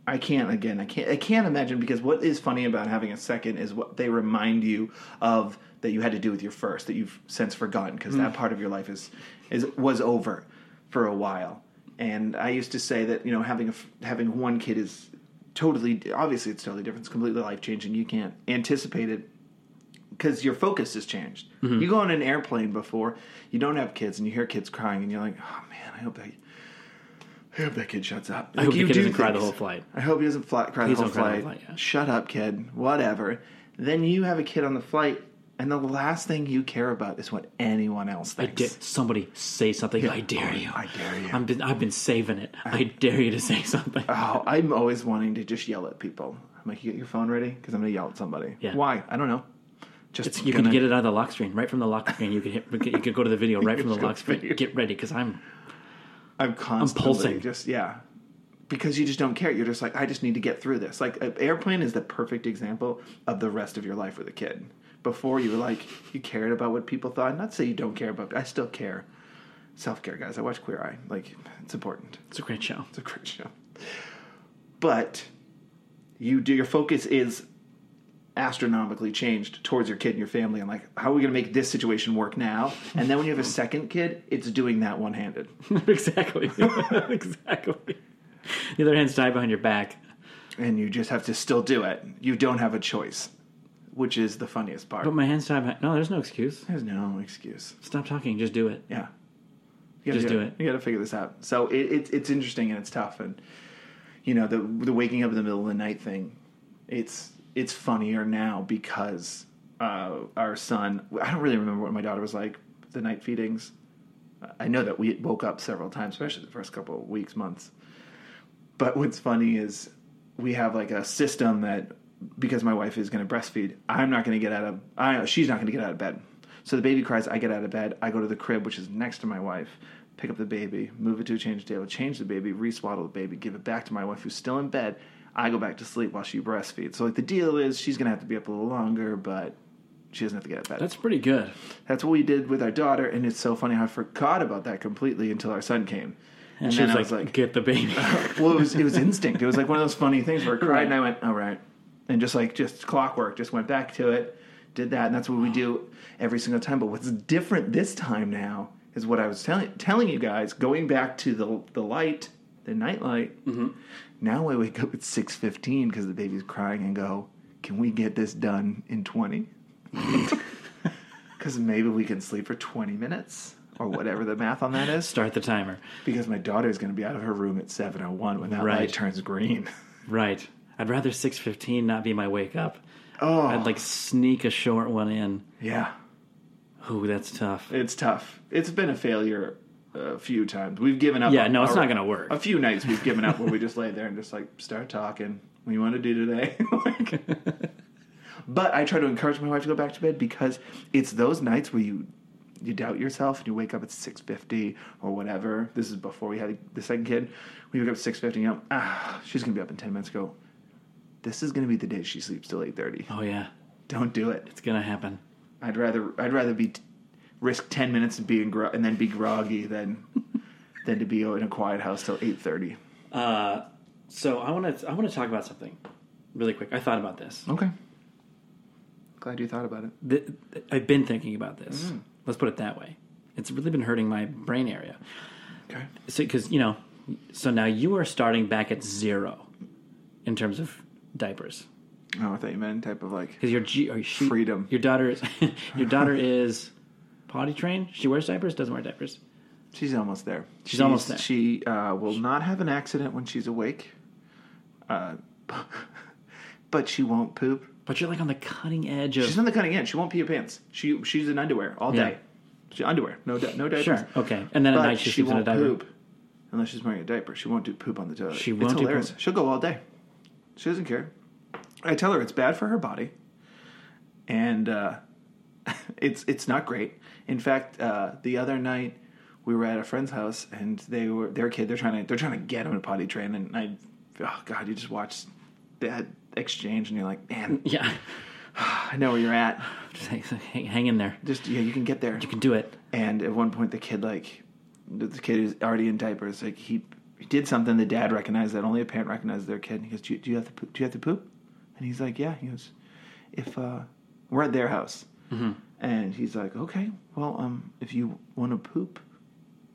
[SPEAKER 2] I can't again. I can't. I can't imagine because what is funny about having a second is what they remind you of that you had to do with your first that you've since forgotten because
[SPEAKER 3] Mm.
[SPEAKER 2] that part of your life is is was over for a while. And I used to say that you know having a f having one kid is totally obviously it's totally different. It's completely life changing. You can't anticipate it because your focus has changed.
[SPEAKER 3] Mm-hmm.
[SPEAKER 2] You go on an airplane before, you don't have kids, and you hear kids crying, and you're like, oh man, I hope that. I hope that kid shuts up. I
[SPEAKER 3] hope the kid doesn't cry the whole flight.
[SPEAKER 2] I hope he doesn't fly, cry the
[SPEAKER 3] Please
[SPEAKER 2] whole
[SPEAKER 3] don't cry the
[SPEAKER 2] flight.
[SPEAKER 3] whole flight, yeah.
[SPEAKER 2] Shut up, kid. Whatever. Then you have a kid on the flight, and the last thing you care about is what anyone else
[SPEAKER 3] I
[SPEAKER 2] thinks.
[SPEAKER 3] dare, somebody say something. I dare you.
[SPEAKER 2] Oh, I dare you.
[SPEAKER 3] I'm been, I've been saving it. I dare you to say something.
[SPEAKER 2] Oh, I'm always wanting to just yell at people. I'm like, you get your phone ready? Because I'm going to yell at somebody.
[SPEAKER 3] Yeah.
[SPEAKER 2] Why? I don't know. Just
[SPEAKER 3] It's, you can get it out of the lock screen, right from the lock screen. You could hit, you could go to
[SPEAKER 2] *laughs*
[SPEAKER 3] the video right from the lock screen. Get ready, because I'm
[SPEAKER 2] I'm constantly
[SPEAKER 3] pulsing.
[SPEAKER 2] just yeah, because you just don't care. You're just like, I just need to get through this. Like, a- airplane is the perfect example of the rest of your life with a kid. Before you were like, you cared about what people thought. Not to say you don't care, but I still care. Self care, guys. I watch Queer Eye. Like, it's important.
[SPEAKER 3] it's a great show.
[SPEAKER 2] It's a great show. But you do your focus is astronomically changed towards your kid and your family and like how are we going to make this situation work now and then when you have a second kid it's doing that one-handed
[SPEAKER 3] *laughs* exactly, exactly. The other hand's tied behind your back.
[SPEAKER 2] and you just have to still do it. You don't have a choice, which is the funniest part.
[SPEAKER 3] But my hand's tied. Behind, no, there's no excuse.
[SPEAKER 2] There's no excuse.
[SPEAKER 3] Stop talking. Just do it.
[SPEAKER 2] Yeah, you gotta
[SPEAKER 3] Just do it.
[SPEAKER 2] You got to figure this out. So it, it, it's interesting and it's tough, and you know the the waking up in the middle of the night thing. It's it's funnier now because uh, our son. I don't really remember what my daughter was like the night feedings. I know that we woke up several times, especially the first couple of weeks, months. But what's funny is we have like a system that because my wife is going to breastfeed, I'm not going to get out of I she's not going to get out of bed. So the baby cries, I get out of bed, I go to the crib which is next to my wife, pick up the baby, move it to a change table, change the baby, re-swaddle the baby, give it back to my wife who's still in bed. I go back to sleep while she breastfeeds. So like the deal is she's going to have to be up a little longer, but she doesn't have to get out of bed.
[SPEAKER 3] That's pretty good.
[SPEAKER 2] That's what we did with our daughter, and it's so funny. how I forgot about that completely until our son came, and,
[SPEAKER 3] And she
[SPEAKER 2] then
[SPEAKER 3] was
[SPEAKER 2] I was
[SPEAKER 3] like,
[SPEAKER 2] like,
[SPEAKER 3] "Get the baby." *laughs*
[SPEAKER 2] "Well, it was it was instinct. It was like one of those funny things where I cried, and I went, all right, and just like just clockwork, just went back to it, did that, and that's what we do every single time. But what's different this time now is what I was telling telling you guys, going back to the the light, the night light. Now I wake up at six fifteen because the baby's crying, and go, can we get this done in twenty? *laughs* because maybe we can sleep for 20 minutes or whatever the math on that is
[SPEAKER 3] Start the timer.
[SPEAKER 2] because my daughter is going to be out of her room at 7.01 when that
[SPEAKER 3] Right.
[SPEAKER 2] light turns green
[SPEAKER 3] Right. I'd rather six fifteen not be my wake up.
[SPEAKER 2] *laughs* oh
[SPEAKER 3] I'd like sneak a short one in.
[SPEAKER 2] yeah
[SPEAKER 3] Ooh, that's tough.
[SPEAKER 2] it's tough it's been a failure a few times we've given up
[SPEAKER 3] Yeah,
[SPEAKER 2] on
[SPEAKER 3] no, it's
[SPEAKER 2] our-
[SPEAKER 3] not gonna work.
[SPEAKER 2] a few nights we've given up where we just lay there and just like start talking what do you want to do today *laughs*
[SPEAKER 3] *laughs*
[SPEAKER 2] Like- but i try to encourage my wife to go back to bed because it's those nights where you you doubt yourself and you wake up at 6.50 or whatever this is before we had the second kid we wake up at 6.50 and you know ah, she's going to be up in 10 minutes go this is going to be the day she sleeps till 8.30
[SPEAKER 3] Oh yeah,
[SPEAKER 2] don't do it
[SPEAKER 3] it's gonna happen.
[SPEAKER 2] I'd rather I'd rather be risk ten minutes of being gro- and then be groggy
[SPEAKER 3] *laughs*
[SPEAKER 2] than than to be in a quiet house till eight thirty.
[SPEAKER 3] Uh, So I want to I want to talk about something really quick. I thought about this.
[SPEAKER 2] Okay. Glad you thought about it.
[SPEAKER 3] Th- th- I've been thinking about this. Let's put it that way. It's really been hurting my brain area.
[SPEAKER 2] Okay.
[SPEAKER 3] because you know, so now you are starting back at zero in terms of diapers
[SPEAKER 2] Oh, I thought you meant type of like
[SPEAKER 3] because your G, or she,
[SPEAKER 2] Freedom.
[SPEAKER 3] Your daughter is *laughs* your daughter is potty trained. She wears diapers. Doesn't wear diapers.
[SPEAKER 2] she's almost there. She's,
[SPEAKER 3] almost there.
[SPEAKER 2] She uh, will not have an accident when she's awake. Uh, *laughs* but she won't poop.
[SPEAKER 3] But you're like on the cutting edge of
[SPEAKER 2] She's on the cutting edge. She won't pee her pants. She she's in underwear all
[SPEAKER 3] Yeah.
[SPEAKER 2] day. She underwear, no di- no diapers.
[SPEAKER 3] sure. Okay, and then at
[SPEAKER 2] But
[SPEAKER 3] night she
[SPEAKER 2] she,
[SPEAKER 3] sleeps in a
[SPEAKER 2] won't
[SPEAKER 3] diaper.
[SPEAKER 2] poop unless she's wearing a diaper. She won't do poop on the toilet.
[SPEAKER 3] She
[SPEAKER 2] It's
[SPEAKER 3] won't do
[SPEAKER 2] hilarious.
[SPEAKER 3] poop.
[SPEAKER 2] She'll go all day. She doesn't care. I tell her it's bad for her body, and uh, *laughs* it's it's not great. In fact, uh, the other night we were at a friend's house, and they were their kid. They're trying to they're trying to get him to potty train, and I, oh god, you just watch that exchange, and you're like, man,
[SPEAKER 3] Yeah, *laughs*
[SPEAKER 2] I know where you're at.
[SPEAKER 3] just hang, hang, hang in there.
[SPEAKER 2] Just yeah, you can get there.
[SPEAKER 3] You can do it.
[SPEAKER 2] And at one point, the kid like the the kid is already in diapers. Like he, he did something. The dad recognized that only a parent recognizes their kid. And he goes, do you, "Do you have to poop? Do you have to poop?" And he's like, "Yeah." He goes, "If uh, we're at their house,"
[SPEAKER 3] Mm-hmm.
[SPEAKER 2] and he's like, "Okay, well, um, if you want to poop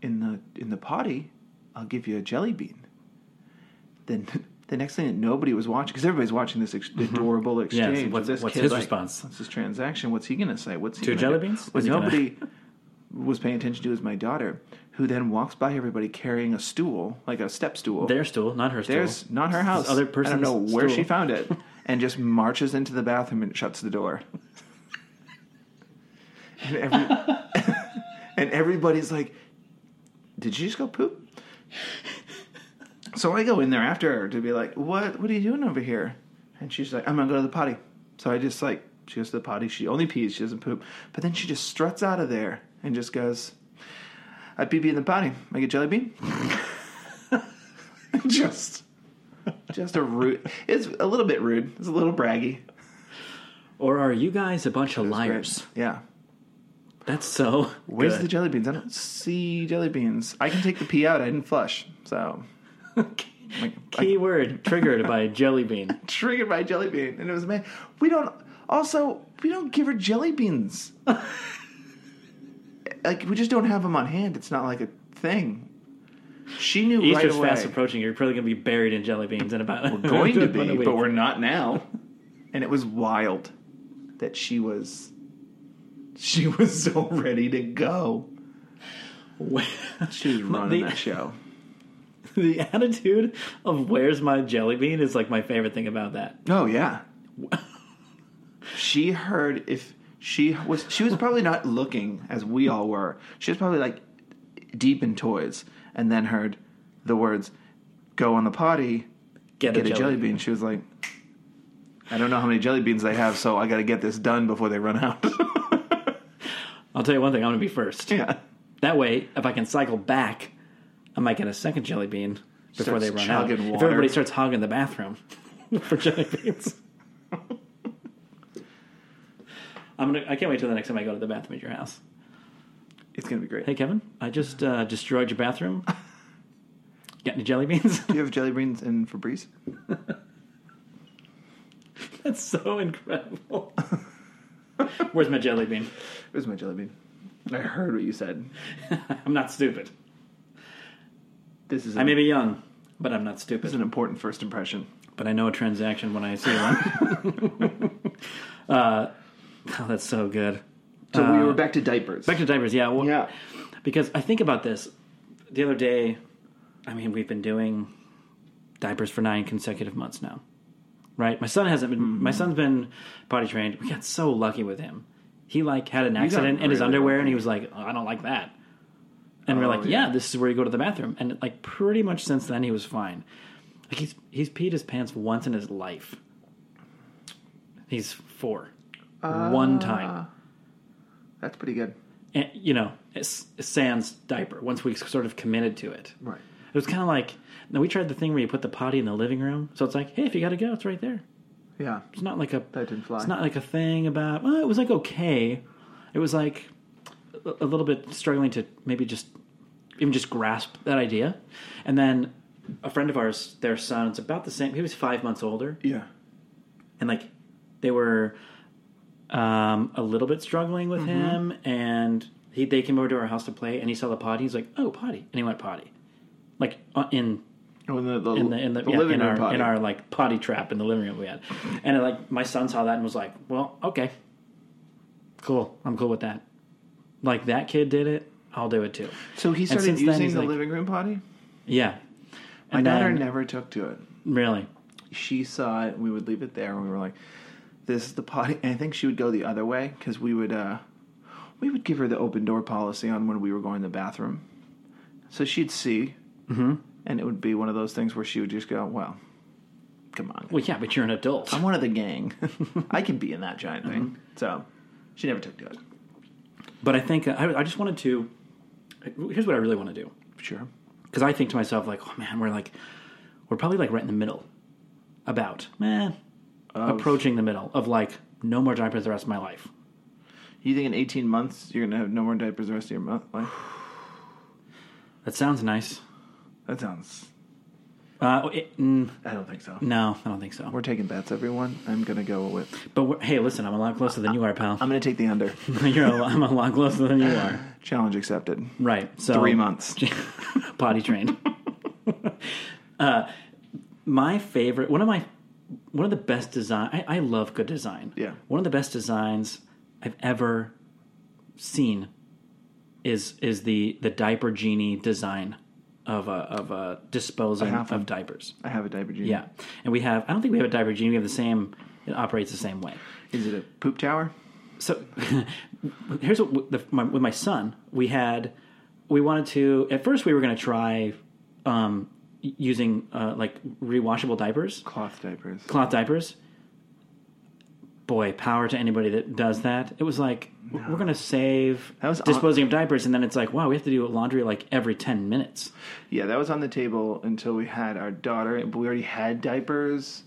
[SPEAKER 2] in the in the potty, I'll give you a jelly bean." Then. *laughs* The next thing that nobody was watching, because everybody's watching this ex- adorable exchange. of
[SPEAKER 3] Mm-hmm. what's-
[SPEAKER 2] this
[SPEAKER 3] what's
[SPEAKER 2] kid,
[SPEAKER 3] his
[SPEAKER 2] like,
[SPEAKER 3] response?
[SPEAKER 2] What's his transaction? What's he going to say? What's he
[SPEAKER 3] Two
[SPEAKER 2] gonna
[SPEAKER 3] jelly
[SPEAKER 2] do?
[SPEAKER 3] beans?
[SPEAKER 2] What
[SPEAKER 3] Is he gonna-
[SPEAKER 2] nobody was paying attention to is my daughter, who then walks by everybody carrying a stool, like a step stool.
[SPEAKER 3] Their stool, not her stool.
[SPEAKER 2] There's not her house.
[SPEAKER 3] other
[SPEAKER 2] I don't
[SPEAKER 3] person's
[SPEAKER 2] know where she
[SPEAKER 3] stool.
[SPEAKER 2] found it, and just marches into the bathroom and shuts the door. and, every, *laughs* and everybody's like, "Did she just go poop?" So I go in there after her to be like, "What? What are you doing over here?" And she's like, "I'm gonna go to the potty." So I just like She goes to the potty. She only pees. She doesn't poop. But then she just struts out of there and just goes, "I pee pee in the potty. Make a jelly
[SPEAKER 3] *laughs*
[SPEAKER 2] bean." *laughs* just, just a rude. It's a little bit rude. It's a little braggy.
[SPEAKER 3] Or are you guys a bunch of liars?
[SPEAKER 2] Yeah.
[SPEAKER 3] That's so.
[SPEAKER 2] Where's the
[SPEAKER 3] good.
[SPEAKER 2] jelly beans? I don't see jelly beans. I can take the pee out. I didn't flush, so *laughs* like, I
[SPEAKER 3] keyword triggered by jelly bean?
[SPEAKER 2] triggered by jelly bean, and it was man. We don't. Also, we don't give her jelly beans. *laughs* like we just don't have them on hand. It's not like a thing. She knew right
[SPEAKER 3] Easter's
[SPEAKER 2] away.
[SPEAKER 3] fast approaching. You're probably gonna be buried in jelly beans in about. *laughs* We're
[SPEAKER 2] going to be, but we're not now. *laughs* And it was wild that she was. She *laughs* was so ready to go. She was running
[SPEAKER 3] the-
[SPEAKER 2] *laughs* that show.
[SPEAKER 3] *laughs* the attitude of "Where's my jelly bean?" is like my favorite thing about that.
[SPEAKER 2] Oh yeah. she heard if she was she was probably not looking as we all were. She was probably like deep in toys and then heard the words go on the potty,
[SPEAKER 3] Get,
[SPEAKER 2] get a jelly bean. She was like I don't know how many jelly beans they have, so I got to get this done before they run out. *laughs*
[SPEAKER 3] I'll tell you one thing. I'm gonna be first.
[SPEAKER 2] yeah.
[SPEAKER 3] That way, if I can cycle back, I might get a second jelly bean before
[SPEAKER 2] Starts
[SPEAKER 3] they run out.
[SPEAKER 2] chugging
[SPEAKER 3] If
[SPEAKER 2] water.
[SPEAKER 3] everybody starts hogging the bathroom *laughs* for jelly beans. I'm gonna. I can't wait till the next time I go to the bathroom at your house.
[SPEAKER 2] It's going to be great.
[SPEAKER 3] Hey Kevin, I just uh, destroyed your bathroom. Got any jelly beans? *laughs*
[SPEAKER 2] Do you have jelly beans in Febreze?
[SPEAKER 3] That's so incredible. *laughs* Where's my jelly bean?
[SPEAKER 2] Where's my jelly bean? I heard what you said.
[SPEAKER 3] I'm not stupid.
[SPEAKER 2] This is
[SPEAKER 3] I
[SPEAKER 2] an-
[SPEAKER 3] may be young, but I'm not
[SPEAKER 2] this is
[SPEAKER 3] stupid.
[SPEAKER 2] an important first impression.
[SPEAKER 3] But I know a transaction when I see one. uh, *laughs* oh, that's so good.
[SPEAKER 2] So we were back to diapers.
[SPEAKER 3] Back to diapers, yeah. Well,
[SPEAKER 2] yeah.
[SPEAKER 3] Because I think about this the other day. I mean, we've been doing diapers for nine consecutive months now, right? My son hasn't been. My
[SPEAKER 2] Mm-hmm.
[SPEAKER 3] son's been potty trained. We got so lucky with him. He like had an accident in his
[SPEAKER 2] really
[SPEAKER 3] underwear, and
[SPEAKER 2] lucky.
[SPEAKER 3] he was like, "Oh, "I don't like that." And we're
[SPEAKER 2] Oh,
[SPEAKER 3] like,
[SPEAKER 2] yeah.
[SPEAKER 3] yeah. this is where you go to the bathroom." And like pretty much since then, he was fine. Like he's he's peed his pants once in his life. He's four,
[SPEAKER 2] Ah.
[SPEAKER 3] one time
[SPEAKER 2] That's pretty good.
[SPEAKER 3] and, you know, it's sans diaper once we sort of committed to it.
[SPEAKER 2] Right.
[SPEAKER 3] It was kind of like, now we tried the thing where you put the potty in the living room. So it's like, hey, if you got to go, it's right there.
[SPEAKER 2] Yeah.
[SPEAKER 3] It's not like a,
[SPEAKER 2] That didn't fly.
[SPEAKER 3] it's not like a thing about, well, it was like okay. It was like a, a little bit struggling to maybe just, even just grasp that idea. And then a friend of ours, their son, it's about the same, he was five months older
[SPEAKER 2] Yeah.
[SPEAKER 3] and like they were um, a little bit struggling with
[SPEAKER 2] Mm-hmm.
[SPEAKER 3] him and he they came over to our house to play and he saw the potty he's like oh potty and he went potty like uh, in
[SPEAKER 2] Oh, in the, the,
[SPEAKER 3] in the in the, yeah,
[SPEAKER 2] living
[SPEAKER 3] in
[SPEAKER 2] room
[SPEAKER 3] our
[SPEAKER 2] potty.
[SPEAKER 3] in our like potty trap in the living room we had and like my son saw that and was like well okay cool i'm cool with that like that kid did it i'll do it too
[SPEAKER 2] so he started
[SPEAKER 3] since then,
[SPEAKER 2] using
[SPEAKER 3] he's
[SPEAKER 2] the
[SPEAKER 3] like-
[SPEAKER 2] living room potty.
[SPEAKER 3] yeah
[SPEAKER 2] My
[SPEAKER 3] and
[SPEAKER 2] daughter
[SPEAKER 3] then-
[SPEAKER 2] never took to it.
[SPEAKER 3] really
[SPEAKER 2] She saw it. We would leave it there, and we were like, "This is the potty." And I think she would go the other way because we would uh, we would give her the open door policy on when we were going to the bathroom. So she'd see,
[SPEAKER 3] Mm-hmm.
[SPEAKER 2] and it would be one of those things where she would just go, "Well, come on,
[SPEAKER 3] well yeah but you're an adult
[SPEAKER 2] I'm one of the gang. *laughs* I can be in that giant thing."
[SPEAKER 3] Mm-hmm.
[SPEAKER 2] So she never took to it.
[SPEAKER 3] but i think I, I just wanted to here's what i really want to do
[SPEAKER 2] Sure.
[SPEAKER 3] because I think to myself like, oh man, we're like, we're probably like right in the middle, about man, approaching the middle of like no more diapers the rest of my life.
[SPEAKER 2] You think in 18 months you're gonna have no more diapers the rest of your month life?
[SPEAKER 3] That sounds nice.
[SPEAKER 2] That sounds.
[SPEAKER 3] Uh, it, mm,
[SPEAKER 2] I don't think so.
[SPEAKER 3] no, I don't think so.
[SPEAKER 2] We're taking bets, everyone. I'm gonna go with.
[SPEAKER 3] But we're, hey, listen, I'm a lot closer than you are, pal.
[SPEAKER 2] I'm gonna take the under.
[SPEAKER 3] *laughs* You're a, I'm a lot closer than you are.
[SPEAKER 2] Challenge accepted.
[SPEAKER 3] Right. So
[SPEAKER 2] Three months.
[SPEAKER 3] *laughs* potty trained. uh, my favorite, one of my, one of the best design. I, I love good design.
[SPEAKER 2] Yeah.
[SPEAKER 3] One of the best designs I've ever seen is is the the diaper genie design of a of a disposing
[SPEAKER 2] have one.
[SPEAKER 3] of diapers.
[SPEAKER 2] I have a diaper genie.
[SPEAKER 3] Yeah, and we have. I don't think we have a diaper genie. We have the same. It operates the same way
[SPEAKER 2] Is it a poop tower?
[SPEAKER 3] so *laughs* here's what with, the, my, with my son we had we wanted to at first we were going to try um, y- using uh, like rewashable diapers
[SPEAKER 2] Cloth diapers.
[SPEAKER 3] cloth diapers boy, power to anybody that does that. It was like w- we're gonna save
[SPEAKER 2] That was on-
[SPEAKER 3] disposing of diapers, and then it's like, wow, we have to do laundry like every ten minutes. *laughs*
[SPEAKER 2] Yeah, that was on the table until we had our daughter, but we already had diapers.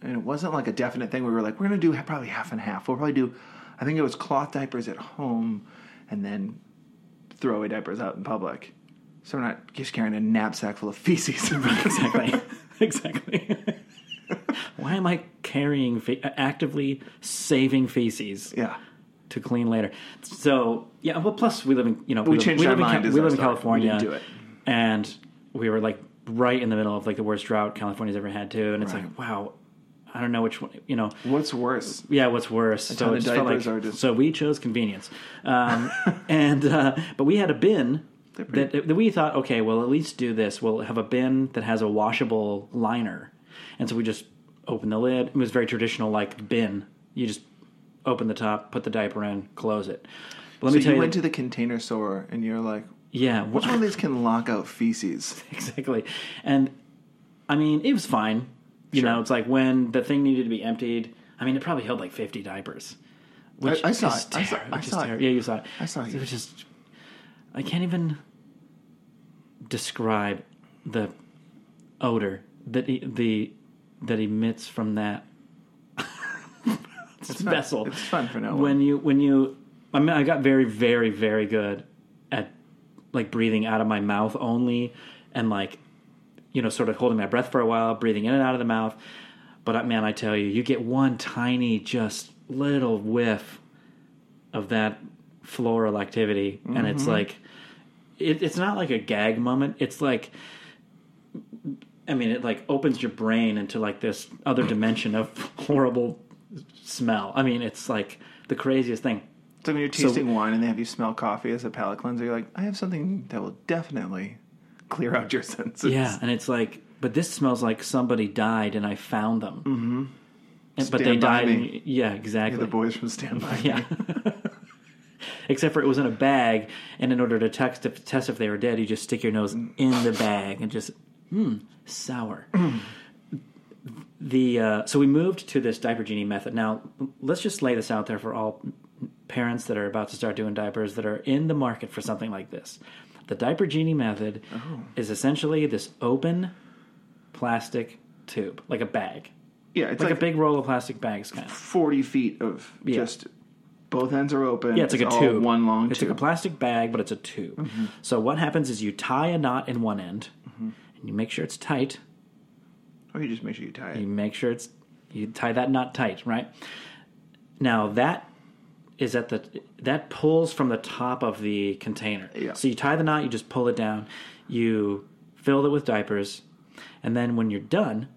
[SPEAKER 2] And it wasn't like a definite thing. We were like, we're going to do probably half and half. We'll probably do, I think it was cloth diapers at home and then throwaway diapers out in public. So we're not just carrying a knapsack full of feces.
[SPEAKER 3] Exactly. exactly. *laughs* Why am I carrying fe- actively saving feces
[SPEAKER 2] yeah.
[SPEAKER 3] to clean later? So yeah. Well, plus we live in you know we, live-
[SPEAKER 2] changed
[SPEAKER 3] we
[SPEAKER 2] our
[SPEAKER 3] live in Ca-
[SPEAKER 2] mind as
[SPEAKER 3] we
[SPEAKER 2] our
[SPEAKER 3] live in
[SPEAKER 2] story. We
[SPEAKER 3] California,
[SPEAKER 2] didn't do it.
[SPEAKER 3] and we were like right in the middle of like the worst drought California's ever had too, and it's
[SPEAKER 2] Right.
[SPEAKER 3] like wow, I don't know which one you know.
[SPEAKER 2] What's worse?
[SPEAKER 3] Yeah, what's worse?
[SPEAKER 2] ton
[SPEAKER 3] so, it
[SPEAKER 2] of
[SPEAKER 3] just felt like,
[SPEAKER 2] diapers are just-
[SPEAKER 3] so we chose convenience, um,
[SPEAKER 2] *laughs*
[SPEAKER 3] and uh, but we had a bin that, that we thought, okay, well at least do this. We'll have a bin that has a washable liner, and so we just opened the lid. It was very traditional, like bin. You just open the top, put the diaper in, close it. But let
[SPEAKER 2] So
[SPEAKER 3] me tell
[SPEAKER 2] you
[SPEAKER 3] you,
[SPEAKER 2] went
[SPEAKER 3] that-
[SPEAKER 2] to the container store and you're like,
[SPEAKER 3] yeah,
[SPEAKER 2] which one of these can lock out feces?
[SPEAKER 3] *laughs* exactly. And I mean, it was fine. You know, it's like when the thing needed to be emptied. I mean, it probably held like fifty diapers. Which
[SPEAKER 2] I saw
[SPEAKER 3] is
[SPEAKER 2] it. I saw-
[SPEAKER 3] terri-
[SPEAKER 2] I
[SPEAKER 3] which is
[SPEAKER 2] saw it.
[SPEAKER 3] terri- Yeah, you saw it. I
[SPEAKER 2] saw it.
[SPEAKER 3] It was just. I can't even describe the odor that e the that emits from that *laughs* vessel
[SPEAKER 2] It's fun for no one.
[SPEAKER 3] when you when you I mean I got very very very good at like breathing out of my mouth only and like you know sort of holding my breath for a while breathing in and out of the mouth but uh, man I tell you you get one tiny just little whiff of that floral activity and it's like it, it's not like a gag moment it's like I mean, it like opens your brain into like this other dimension of *laughs* horrible smell. I mean, it's like the craziest thing.
[SPEAKER 2] It's like when you're tasting wine and they have you smell coffee as a palate cleanser. You're like, I have something that will definitely clear out your *laughs* senses.
[SPEAKER 3] Yeah, and it's like, but this smells like somebody died and I found them. Mm-hmm. And, but
[SPEAKER 2] Stand
[SPEAKER 3] they
[SPEAKER 2] by
[SPEAKER 3] died.
[SPEAKER 2] me.
[SPEAKER 3] And, yeah, exactly.
[SPEAKER 2] The boys from Stand By Me.
[SPEAKER 3] yeah. Except for it was in a bag, and in order to text if, test if they were dead, you just stick your nose in the bag and just hmm sour. *clears throat* the uh, so we moved to this diaper genie method. Now let's just lay this out there for all parents that are about to start doing diapers that are in the market for something like this. The diaper genie method
[SPEAKER 2] Oh.
[SPEAKER 3] is essentially this open plastic tube, like a bag,
[SPEAKER 2] Yeah, it's
[SPEAKER 3] like,
[SPEAKER 2] like,
[SPEAKER 3] a big roll of plastic bags, kind of.
[SPEAKER 2] 40 feet of just both ends are open.
[SPEAKER 3] Yeah, it's, like a
[SPEAKER 2] all
[SPEAKER 3] tube.
[SPEAKER 2] One long
[SPEAKER 3] It's
[SPEAKER 2] tube. Mm-hmm.
[SPEAKER 3] like a plastic bag, but it's a tube. So what happens is you tie a knot in one end, and you make sure it's tight.
[SPEAKER 2] or you just make sure you tie it.
[SPEAKER 3] You make sure it's you tie that knot tight, right? Now that is at the that pulls from the top of the container.
[SPEAKER 2] Yeah.
[SPEAKER 3] So you tie the knot, you just pull it down, you fill it with diapers, and then when you're done,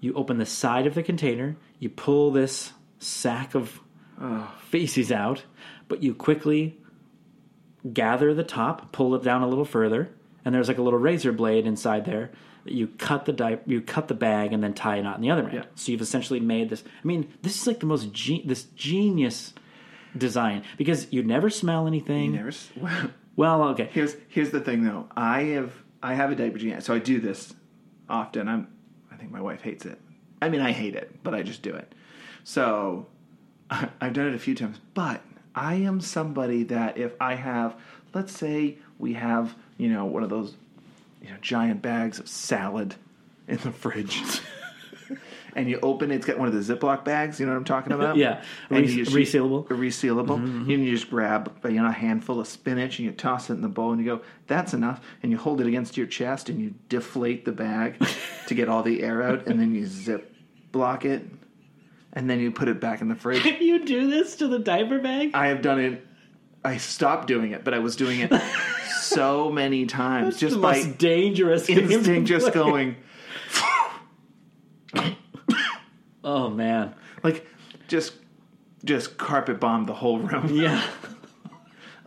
[SPEAKER 3] you open the side of the container, you pull this sack of feces out, but you quickly gather the top, pull it down a little further, and there's like a little razor blade inside there that you cut the di- you cut the bag and then tie a knot in the other end.
[SPEAKER 2] Yeah.
[SPEAKER 3] So you've essentially made this. I mean, this is like the most ge- this genius design because you never smell anything.
[SPEAKER 2] Never s- *laughs* Well,
[SPEAKER 3] Well, okay,
[SPEAKER 2] here's here's the thing though. I have I have a diaper genie, so I do this often. I'm I think my wife hates it. I mean, I hate it, but I just do it. So *laughs* I, I've done it a few times, but I am somebody that if I have, let's say we have, you know, one of those you know, giant bags of salad in the
[SPEAKER 3] *laughs*
[SPEAKER 2] fridge. And you open it, it's got one of the Ziploc bags, you know what I'm talking about?
[SPEAKER 3] Yeah.
[SPEAKER 2] And
[SPEAKER 3] Re-
[SPEAKER 2] you just-
[SPEAKER 3] resealable. Mm-hmm,
[SPEAKER 2] resealable. And you just grab you know, a handful of spinach and you toss it in the bowl and you go, that's enough. And you hold it against your chest and you deflate the bag to get all the air out and then you zip block it and then you put it back in the
[SPEAKER 3] *laughs*
[SPEAKER 2] fridge.
[SPEAKER 3] you do this to the diaper bag.
[SPEAKER 2] I have done it. I stopped doing it, but I was doing
[SPEAKER 3] *laughs*
[SPEAKER 2] it so many times just
[SPEAKER 3] the
[SPEAKER 2] by
[SPEAKER 3] most dangerous game to
[SPEAKER 2] instinct, just
[SPEAKER 3] *laughs* play.
[SPEAKER 2] going
[SPEAKER 3] Oh man,
[SPEAKER 2] like just just carpet bomb the whole room. *laughs*
[SPEAKER 3] yeah.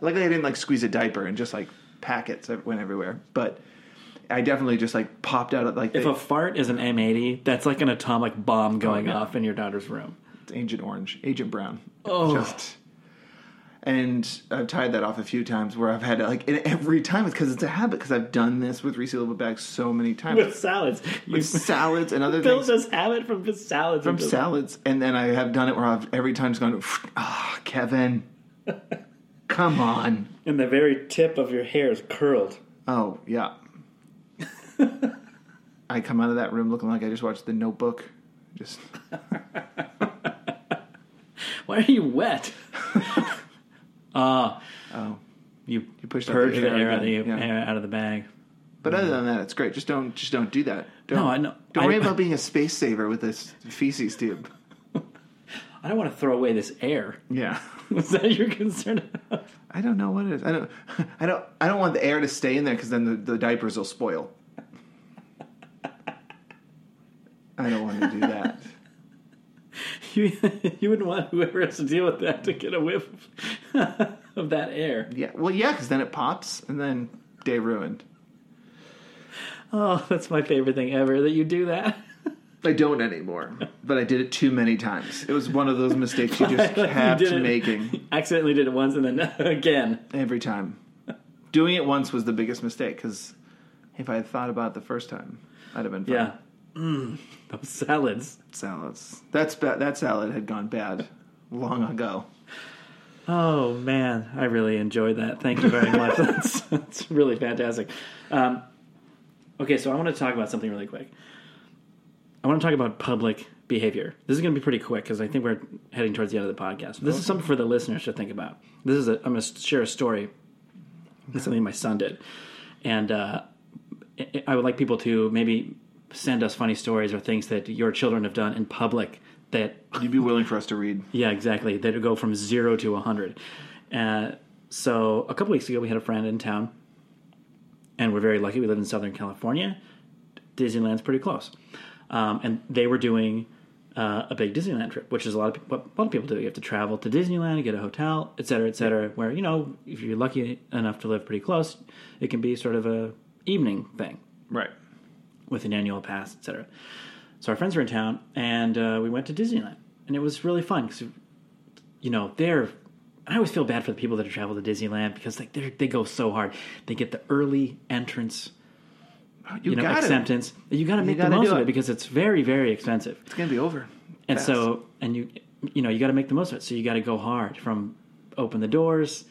[SPEAKER 2] Luckily, I didn't like squeeze a diaper and just like packets ev- went everywhere. But I definitely just like popped out at like
[SPEAKER 3] If
[SPEAKER 2] the
[SPEAKER 3] a fart is an M80, that's like an atomic Oh, bomb going off in your daughter's room.
[SPEAKER 2] Agent Orange, Agent Brown.
[SPEAKER 3] Oh.
[SPEAKER 2] Just And I've tied that off a few times where I've had to, like, and every time it's because it's a habit because I've done this with resealable bags so many times.
[SPEAKER 3] with salads. You
[SPEAKER 2] With *laughs*
[SPEAKER 3] *laughs*
[SPEAKER 2] salads and other
[SPEAKER 3] built
[SPEAKER 2] things.
[SPEAKER 3] this habit from the salads.
[SPEAKER 2] from
[SPEAKER 3] Just-
[SPEAKER 2] salads, and then I have done it where I've every time's gone, ah,
[SPEAKER 3] *laughs*
[SPEAKER 2] Kevin, come on.
[SPEAKER 3] and the very tip of your hair is curled.
[SPEAKER 2] Oh
[SPEAKER 3] *laughs*
[SPEAKER 2] yeah. I come out of that room looking like I just watched The Notebook. Just
[SPEAKER 3] Why are you *laughs* wet? Ah.
[SPEAKER 2] Oh.
[SPEAKER 3] You, you
[SPEAKER 2] pushed out
[SPEAKER 3] purge
[SPEAKER 2] the
[SPEAKER 3] the,
[SPEAKER 2] air
[SPEAKER 3] air out of the
[SPEAKER 2] again, yeah.
[SPEAKER 3] air out of the bag.
[SPEAKER 2] but other than that, it's great. Just don't just don't do that. Don't,
[SPEAKER 3] No, I know.
[SPEAKER 2] Don't
[SPEAKER 3] I-
[SPEAKER 2] worry about being a space saver with this feces tube.
[SPEAKER 3] I don't want to throw away this air. *laughs*
[SPEAKER 2] Yeah.
[SPEAKER 3] Was that your concern? *laughs*
[SPEAKER 2] I don't know what it is. I don't I don't I don't want the air to stay in there because then the, the diapers will spoil. I don't want to do that.
[SPEAKER 3] you, *laughs* you wouldn't want whoever has to deal with that to get a whiff of, *laughs* of that air.
[SPEAKER 2] Yeah. Well, yeah, because then it pops, and then day ruined.
[SPEAKER 3] Oh, that's my favorite thing ever that you do that. *laughs*
[SPEAKER 2] I don't anymore, but I did it too many times. It was one of those mistakes you just
[SPEAKER 3] *laughs* You
[SPEAKER 2] kept
[SPEAKER 3] did it-
[SPEAKER 2] making
[SPEAKER 3] Accidentally did it once and then *laughs* again.
[SPEAKER 2] every time. Doing it once was the biggest mistake because if I had thought about it the first time, I'd have been fine.
[SPEAKER 3] Yeah. Mm, those salads.
[SPEAKER 2] Salads. That's ba- that salad had gone bad long ago.
[SPEAKER 3] Oh man, I really enjoyed that. Thank you very much. that's, that's really fantastic. Um, okay, so I want to talk about something really quick. I want to talk about public behavior. This is going to be pretty quick because I think we're heading towards the end of the podcast. This is something for the listeners to think about. This is a, I'm going to share a story. It's something my son did, and uh, I- I would like people to maybe send us funny stories or things that your children have done in public that
[SPEAKER 2] You'd be willing for us to read.
[SPEAKER 3] yeah, exactly. That would go from zero to 100. Uh, so a couple weeks ago, we had a friend in town, and we're very lucky. We live in Southern California. Disneyland's pretty close. Um, and they were doing uh, a big Disneyland trip, which is a lot of peop- what a lot of people do. You have to travel to Disneyland, get a hotel, et cetera, et cetera. Where you know, if you're lucky enough to live pretty close, it can be sort of a evening thing
[SPEAKER 2] Right.
[SPEAKER 3] with an annual pass, etc. So our friends were in town, and uh, we went to Disneyland, and it was really fun because, you know, they're. I always feel bad for the people that travel to Disneyland because like they they go so hard. They get the early entrance,
[SPEAKER 2] You,
[SPEAKER 3] you know,
[SPEAKER 2] got it.
[SPEAKER 3] acceptance. You got to make
[SPEAKER 2] gotta
[SPEAKER 3] the most
[SPEAKER 2] do
[SPEAKER 3] of
[SPEAKER 2] it.
[SPEAKER 3] it because it's very very expensive.
[SPEAKER 2] It's gonna be over.
[SPEAKER 3] And
[SPEAKER 2] Fast.
[SPEAKER 3] so, and you, you know, you got to make the most of it. So you got to go hard from open the doors,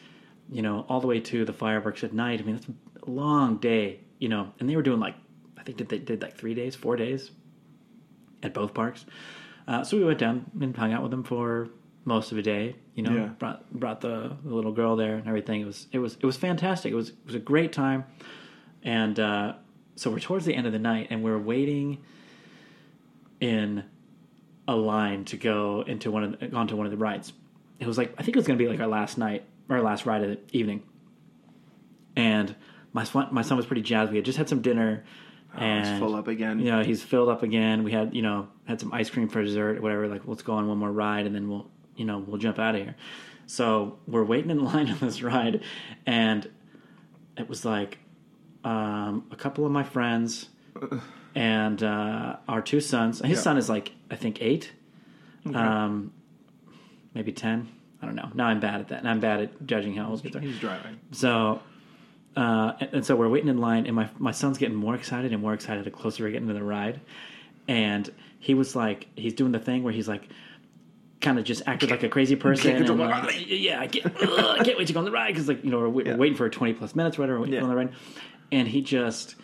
[SPEAKER 3] you know, all the way to the fireworks at night. I mean, that's a long day, you know. And they were doing like, I think that they did like three days, four days, at both parks. Uh, so we went down and hung out with them for most of a day. You know,
[SPEAKER 2] Yeah.
[SPEAKER 3] brought brought the, the little girl there and everything. It was it was it was fantastic. It was it was a great time. And uh, so we're towards the end of the night, and we're waiting in a line to go into one of the, onto one of the rides. It was like I think it was going to be like our last night or our last ride of the evening. And my son, my son was pretty jazzed. We had just had some dinner, and
[SPEAKER 2] it's Oh, full up again.
[SPEAKER 3] you know, he's filled up again. We had, you know, had some ice cream for dessert, whatever. Like, let's go on one more ride, and then we'll, you know, we'll jump out of here. So we're waiting in *laughs* line on this ride, and it was like um, a couple of my friends and uh, our two sons. His
[SPEAKER 2] Yeah.
[SPEAKER 3] son is like I think eight, um, maybe ten. I don't know. Now I'm bad at that, and I'm bad at judging how old kids are.
[SPEAKER 2] He's driving.
[SPEAKER 3] So, uh, and, and so we're waiting in line, and my my son's getting more excited and more excited the closer we're getting to the ride. And he was like, he's doing the thing where he's like, kind of just acted like a crazy person.
[SPEAKER 2] Can't get to
[SPEAKER 3] and
[SPEAKER 2] one
[SPEAKER 3] like,
[SPEAKER 2] ride.
[SPEAKER 3] yeah, I can't, ugh, I can't wait to go on the ride because like you know we're, wait-
[SPEAKER 2] Yeah.
[SPEAKER 3] we're waiting for twenty plus minutes, whatever. We're waiting
[SPEAKER 2] Yeah.
[SPEAKER 3] on the ride, and he just.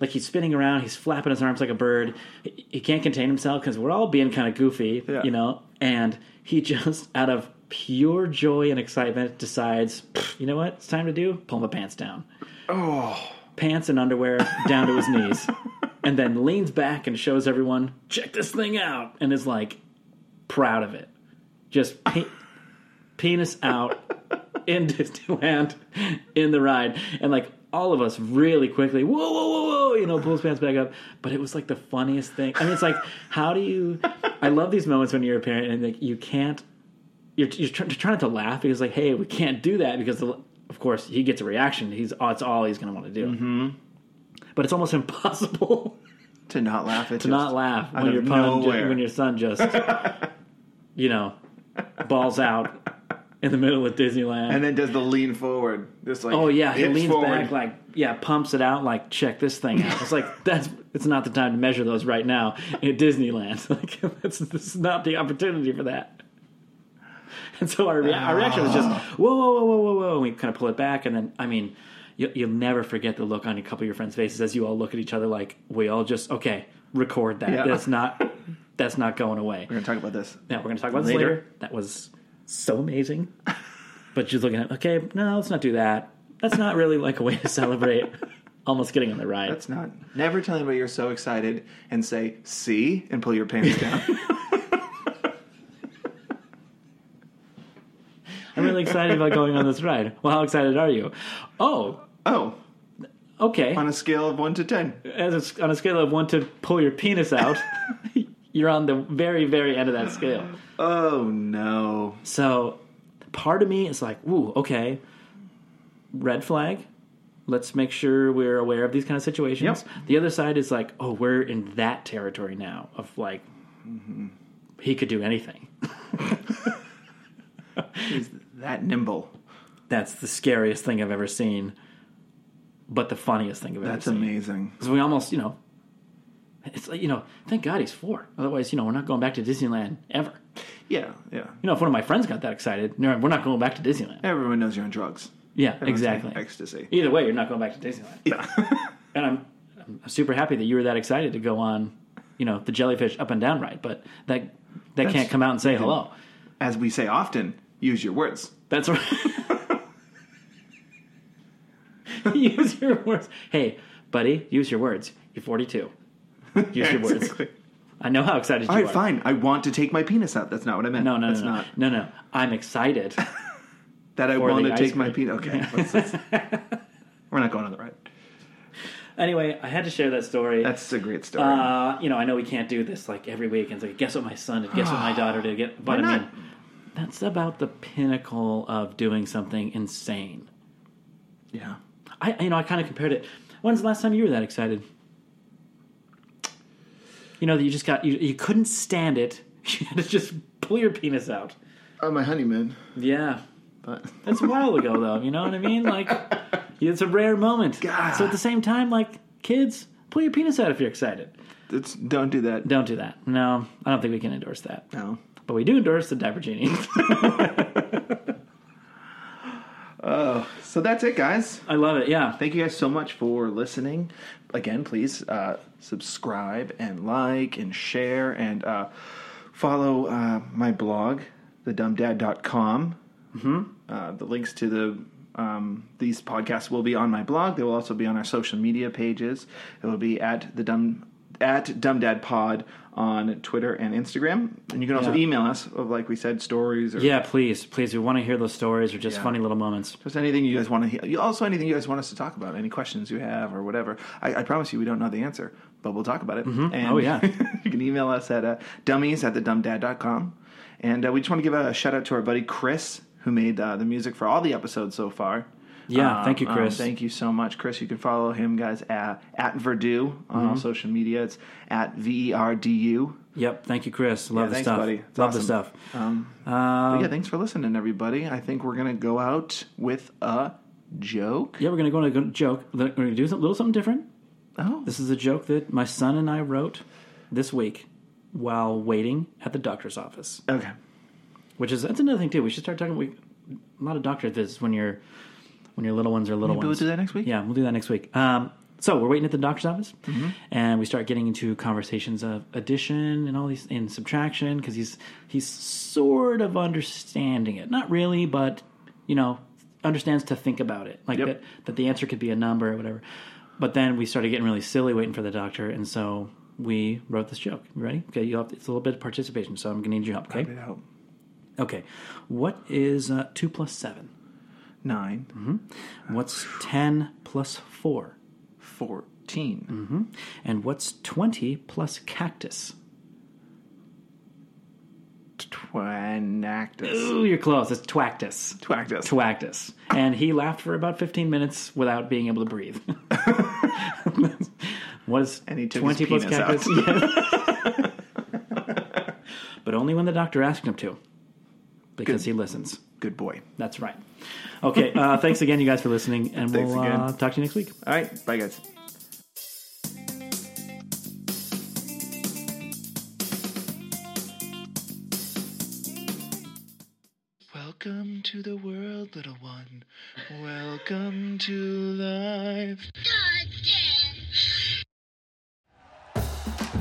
[SPEAKER 3] Like he's spinning around, he's flapping his arms like a bird. He he can't contain himself because we're all being kind of goofy,
[SPEAKER 2] Yeah.
[SPEAKER 3] you know. And he *laughs* just, out of pure joy and excitement, decides, you know what? It's time to do pull my pants down
[SPEAKER 2] Oh,
[SPEAKER 3] pants and underwear down
[SPEAKER 2] *laughs*
[SPEAKER 3] to his knees, and then leans back and shows everyone, check this thing out, and is like proud of it. Just pe- penis out in *laughs* Disneyland in the ride, and like all of us really quickly, whoa, whoa, whoa, whoa, you know, pulls pants back up. But it was like the funniest thing. I mean, it's like, how do you? I love these moments when you're a parent and like you can't you're, you're try- trying not to laugh because like hey we can't do that because the, of course he gets a reaction he's oh, it's all he's going to want to do but it's almost *laughs* impossible
[SPEAKER 2] to not laugh at
[SPEAKER 3] to not laugh when
[SPEAKER 2] of
[SPEAKER 3] your pun ju-
[SPEAKER 2] nowhere.
[SPEAKER 3] when your son just you know balls out in the middle of Disneyland.
[SPEAKER 2] and then does the lean forward. Just like
[SPEAKER 3] oh yeah, he
[SPEAKER 2] hips
[SPEAKER 3] leans
[SPEAKER 2] forward.
[SPEAKER 3] back like yeah, pumps it out like check this thing out. It's like that's it's not the time to measure those right now in Disneyland. *laughs* Like that's this is not the opportunity for that. And so our, rea- our reaction was just
[SPEAKER 2] Ah.
[SPEAKER 3] whoa whoa whoa whoa whoa whoa, and we kind of pull it back, and then I mean, you, you'll never forget the look on a couple of your friends' faces as you all look at each other like we all just okay record that.
[SPEAKER 2] Yeah. *laughs*
[SPEAKER 3] That's not that's not going away.
[SPEAKER 2] We're gonna talk about this.
[SPEAKER 3] Now we're going to talk about this
[SPEAKER 2] Later.
[SPEAKER 3] later. That was
[SPEAKER 2] *laughs*
[SPEAKER 3] so amazing. but she's looking at, okay, no, let's not do that. That's not really like a way to celebrate
[SPEAKER 2] *laughs*
[SPEAKER 3] almost getting on the ride.
[SPEAKER 2] It's not. Never tell anybody you're so excited and say "see" and pull your pants
[SPEAKER 3] *laughs*
[SPEAKER 2] down.
[SPEAKER 3] I'm really excited about going on this ride. Well, how excited are you? Oh,
[SPEAKER 2] oh,
[SPEAKER 3] okay.
[SPEAKER 2] on a scale of one to ten,
[SPEAKER 3] As a s on a scale of one to pull your
[SPEAKER 2] *laughs*
[SPEAKER 3] penis out, you're on the very, very end of that scale.
[SPEAKER 2] oh no,
[SPEAKER 3] So part of me is like, ooh, okay, red flag. Let's make sure we're aware of these kind of situations. The other side is like, oh, we're in that territory now of like,
[SPEAKER 2] Mm-hmm.
[SPEAKER 3] he could do anything.
[SPEAKER 2] he's that nimble.
[SPEAKER 3] That's the scariest thing I've ever seen, but the funniest thing I've ever
[SPEAKER 2] That's
[SPEAKER 3] seen.
[SPEAKER 2] amazing.
[SPEAKER 3] Because we almost, you know, it's like, you know, thank God he's four. Otherwise, you know, we're not going back to Disneyland ever.
[SPEAKER 2] Yeah, yeah.
[SPEAKER 3] You know, if one of my friends got that excited, no, we're not going back to Disneyland.
[SPEAKER 2] Everyone knows you're on drugs.
[SPEAKER 3] Yeah,
[SPEAKER 2] Everyone's
[SPEAKER 3] exactly.
[SPEAKER 2] taking Ecstasy.
[SPEAKER 3] Either way, you're not going back to Disneyland.
[SPEAKER 2] Yeah.
[SPEAKER 3] and I'm, I'm super happy that you were that excited to go on, you know, the jellyfish up and down ride. But that that can't come out and say hello.
[SPEAKER 2] *laughs* As we say often, use your words.
[SPEAKER 3] That's right. *laughs* use your words. Hey, buddy, use your words. You're 42. Use your words.
[SPEAKER 2] Exactly.
[SPEAKER 3] I know how excited you
[SPEAKER 2] All right,
[SPEAKER 3] are.
[SPEAKER 2] fine. I want to take my penis out. That's not what I meant.
[SPEAKER 3] No, no,
[SPEAKER 2] That's
[SPEAKER 3] no, no,
[SPEAKER 2] not
[SPEAKER 3] no, no.
[SPEAKER 2] *laughs*
[SPEAKER 3] I'm excited.
[SPEAKER 2] that I
[SPEAKER 3] the
[SPEAKER 2] want to
[SPEAKER 3] ice
[SPEAKER 2] take my
[SPEAKER 3] cream.
[SPEAKER 2] penis. Okay,
[SPEAKER 3] *laughs*
[SPEAKER 2] let's- let's- we're not going on the ride.
[SPEAKER 3] anyway, I had to share that story.
[SPEAKER 2] That's a great story.
[SPEAKER 3] uh, you know, I know we can't do this like every week. And it's like, guess what my son did, guess
[SPEAKER 2] *sighs*
[SPEAKER 3] what my daughter did. Get, but I
[SPEAKER 2] not?
[SPEAKER 3] mean, that's about the pinnacle of doing something insane.
[SPEAKER 2] yeah,
[SPEAKER 3] I, you know, I kind of compared it. When's the last time you were that excited? You know, that you just got, you, you couldn't stand it. *laughs* You had to just pull your penis out.
[SPEAKER 2] on my honeymoon,
[SPEAKER 3] Yeah.
[SPEAKER 2] but
[SPEAKER 3] That's a while ago, though. You know what I
[SPEAKER 2] *laughs*
[SPEAKER 3] mean? Like, it's a rare moment.
[SPEAKER 2] God.
[SPEAKER 3] So at the same time, like, kids, pull your penis out if you're excited.
[SPEAKER 2] it's, don't do that.
[SPEAKER 3] Don't do that. No, I don't think we can endorse that.
[SPEAKER 2] No.
[SPEAKER 3] But we do endorse the diaper
[SPEAKER 2] *laughs*
[SPEAKER 3] genie.
[SPEAKER 2] So that's it, guys.
[SPEAKER 3] I love it. Yeah.
[SPEAKER 2] Thank you guys so much for listening. Again, please uh, subscribe and like and share and uh, follow uh, my blog, thedumbdad.com. Mm-hmm. Uh, the links to the um, these podcasts will be on my blog. They will also be on our social media pages. It will be at the dumb at dumb dad pod on Twitter and Instagram. And you can also
[SPEAKER 3] Yeah.
[SPEAKER 2] email us of like we said stories or
[SPEAKER 3] Yeah, please, please. We want to hear those stories or just
[SPEAKER 2] Yeah.
[SPEAKER 3] funny little moments.
[SPEAKER 2] Just anything you guys want to hear. You- Also, anything you guys want us to talk about, any questions you have or whatever. I, I promise you, we don't know the answer, but we'll talk about it. And
[SPEAKER 3] Oh, yeah.
[SPEAKER 2] *laughs* you can email us at uh, dummies at thedumbdad.com. And uh, we just want to give a shout out to our buddy Chris, who made uh, the music for all the episodes so far.
[SPEAKER 3] Yeah,
[SPEAKER 2] Um,
[SPEAKER 3] thank you,
[SPEAKER 2] um,
[SPEAKER 3] Chris.
[SPEAKER 2] thank you so much, Chris. You can follow him, guys, at, at Verdu on
[SPEAKER 3] Mm-hmm.
[SPEAKER 2] all social media. It's at V E R D U.
[SPEAKER 3] Yep, thank you, Chris. Love the
[SPEAKER 2] thanks,
[SPEAKER 3] stuff.
[SPEAKER 2] buddy. It's
[SPEAKER 3] Love
[SPEAKER 2] awesome.
[SPEAKER 3] the stuff.
[SPEAKER 2] Um,
[SPEAKER 3] Uh,
[SPEAKER 2] but yeah, thanks for listening, everybody. I think we're going to go out with a joke.
[SPEAKER 3] yeah, we're gonna go on a good joke. We're gonna do a little something different.
[SPEAKER 2] Oh.
[SPEAKER 3] This is a joke that my son and I wrote this week while waiting at the doctor's office.
[SPEAKER 2] Okay.
[SPEAKER 3] Which is that's another thing too. We should start talking. We, a lot of doctor visits when you're when your little ones are little
[SPEAKER 2] Maybe we'll
[SPEAKER 3] ones.
[SPEAKER 2] do that next week.
[SPEAKER 3] Yeah, we'll do that next week. Um, so we're waiting at the doctor's office, and we start getting into conversations of addition and all these and subtraction because he's he's sort of understanding it, not really, but you know understands to think about it, like
[SPEAKER 2] Yep.
[SPEAKER 3] that that the answer could be a number or whatever. But then we started getting really silly waiting for the doctor, and so we wrote this joke. You ready? Okay, you have it's a little bit of participation, so I'm gonna need your help. Okay,
[SPEAKER 2] It out.
[SPEAKER 3] okay. What is uh, two plus seven?
[SPEAKER 2] 9
[SPEAKER 3] Mm-hmm. What's ten plus four?
[SPEAKER 2] 14.
[SPEAKER 3] And what's 20 plus cactus? Mm-hmm. *gasps*
[SPEAKER 2] Twanactus.
[SPEAKER 3] Ooh, you're close. It's twactus.
[SPEAKER 2] Twactus.
[SPEAKER 3] Twactus. And he laughed for about 15 minutes without being able to breathe. *laughs* what is
[SPEAKER 2] And he took his
[SPEAKER 3] 20 plus
[SPEAKER 2] penis
[SPEAKER 3] cactus?
[SPEAKER 2] out.
[SPEAKER 3] Yes. but only when the doctor asked him to, because he listens.
[SPEAKER 2] *laughs* good boy.
[SPEAKER 3] That's right. Okay. Uh, thanks again, you guys, for listening, and
[SPEAKER 2] Thanks
[SPEAKER 3] we'll uh,
[SPEAKER 2] again.
[SPEAKER 3] talk to you next week.
[SPEAKER 2] All right, bye guys.
[SPEAKER 4] Welcome to the world, little one. Welcome to life.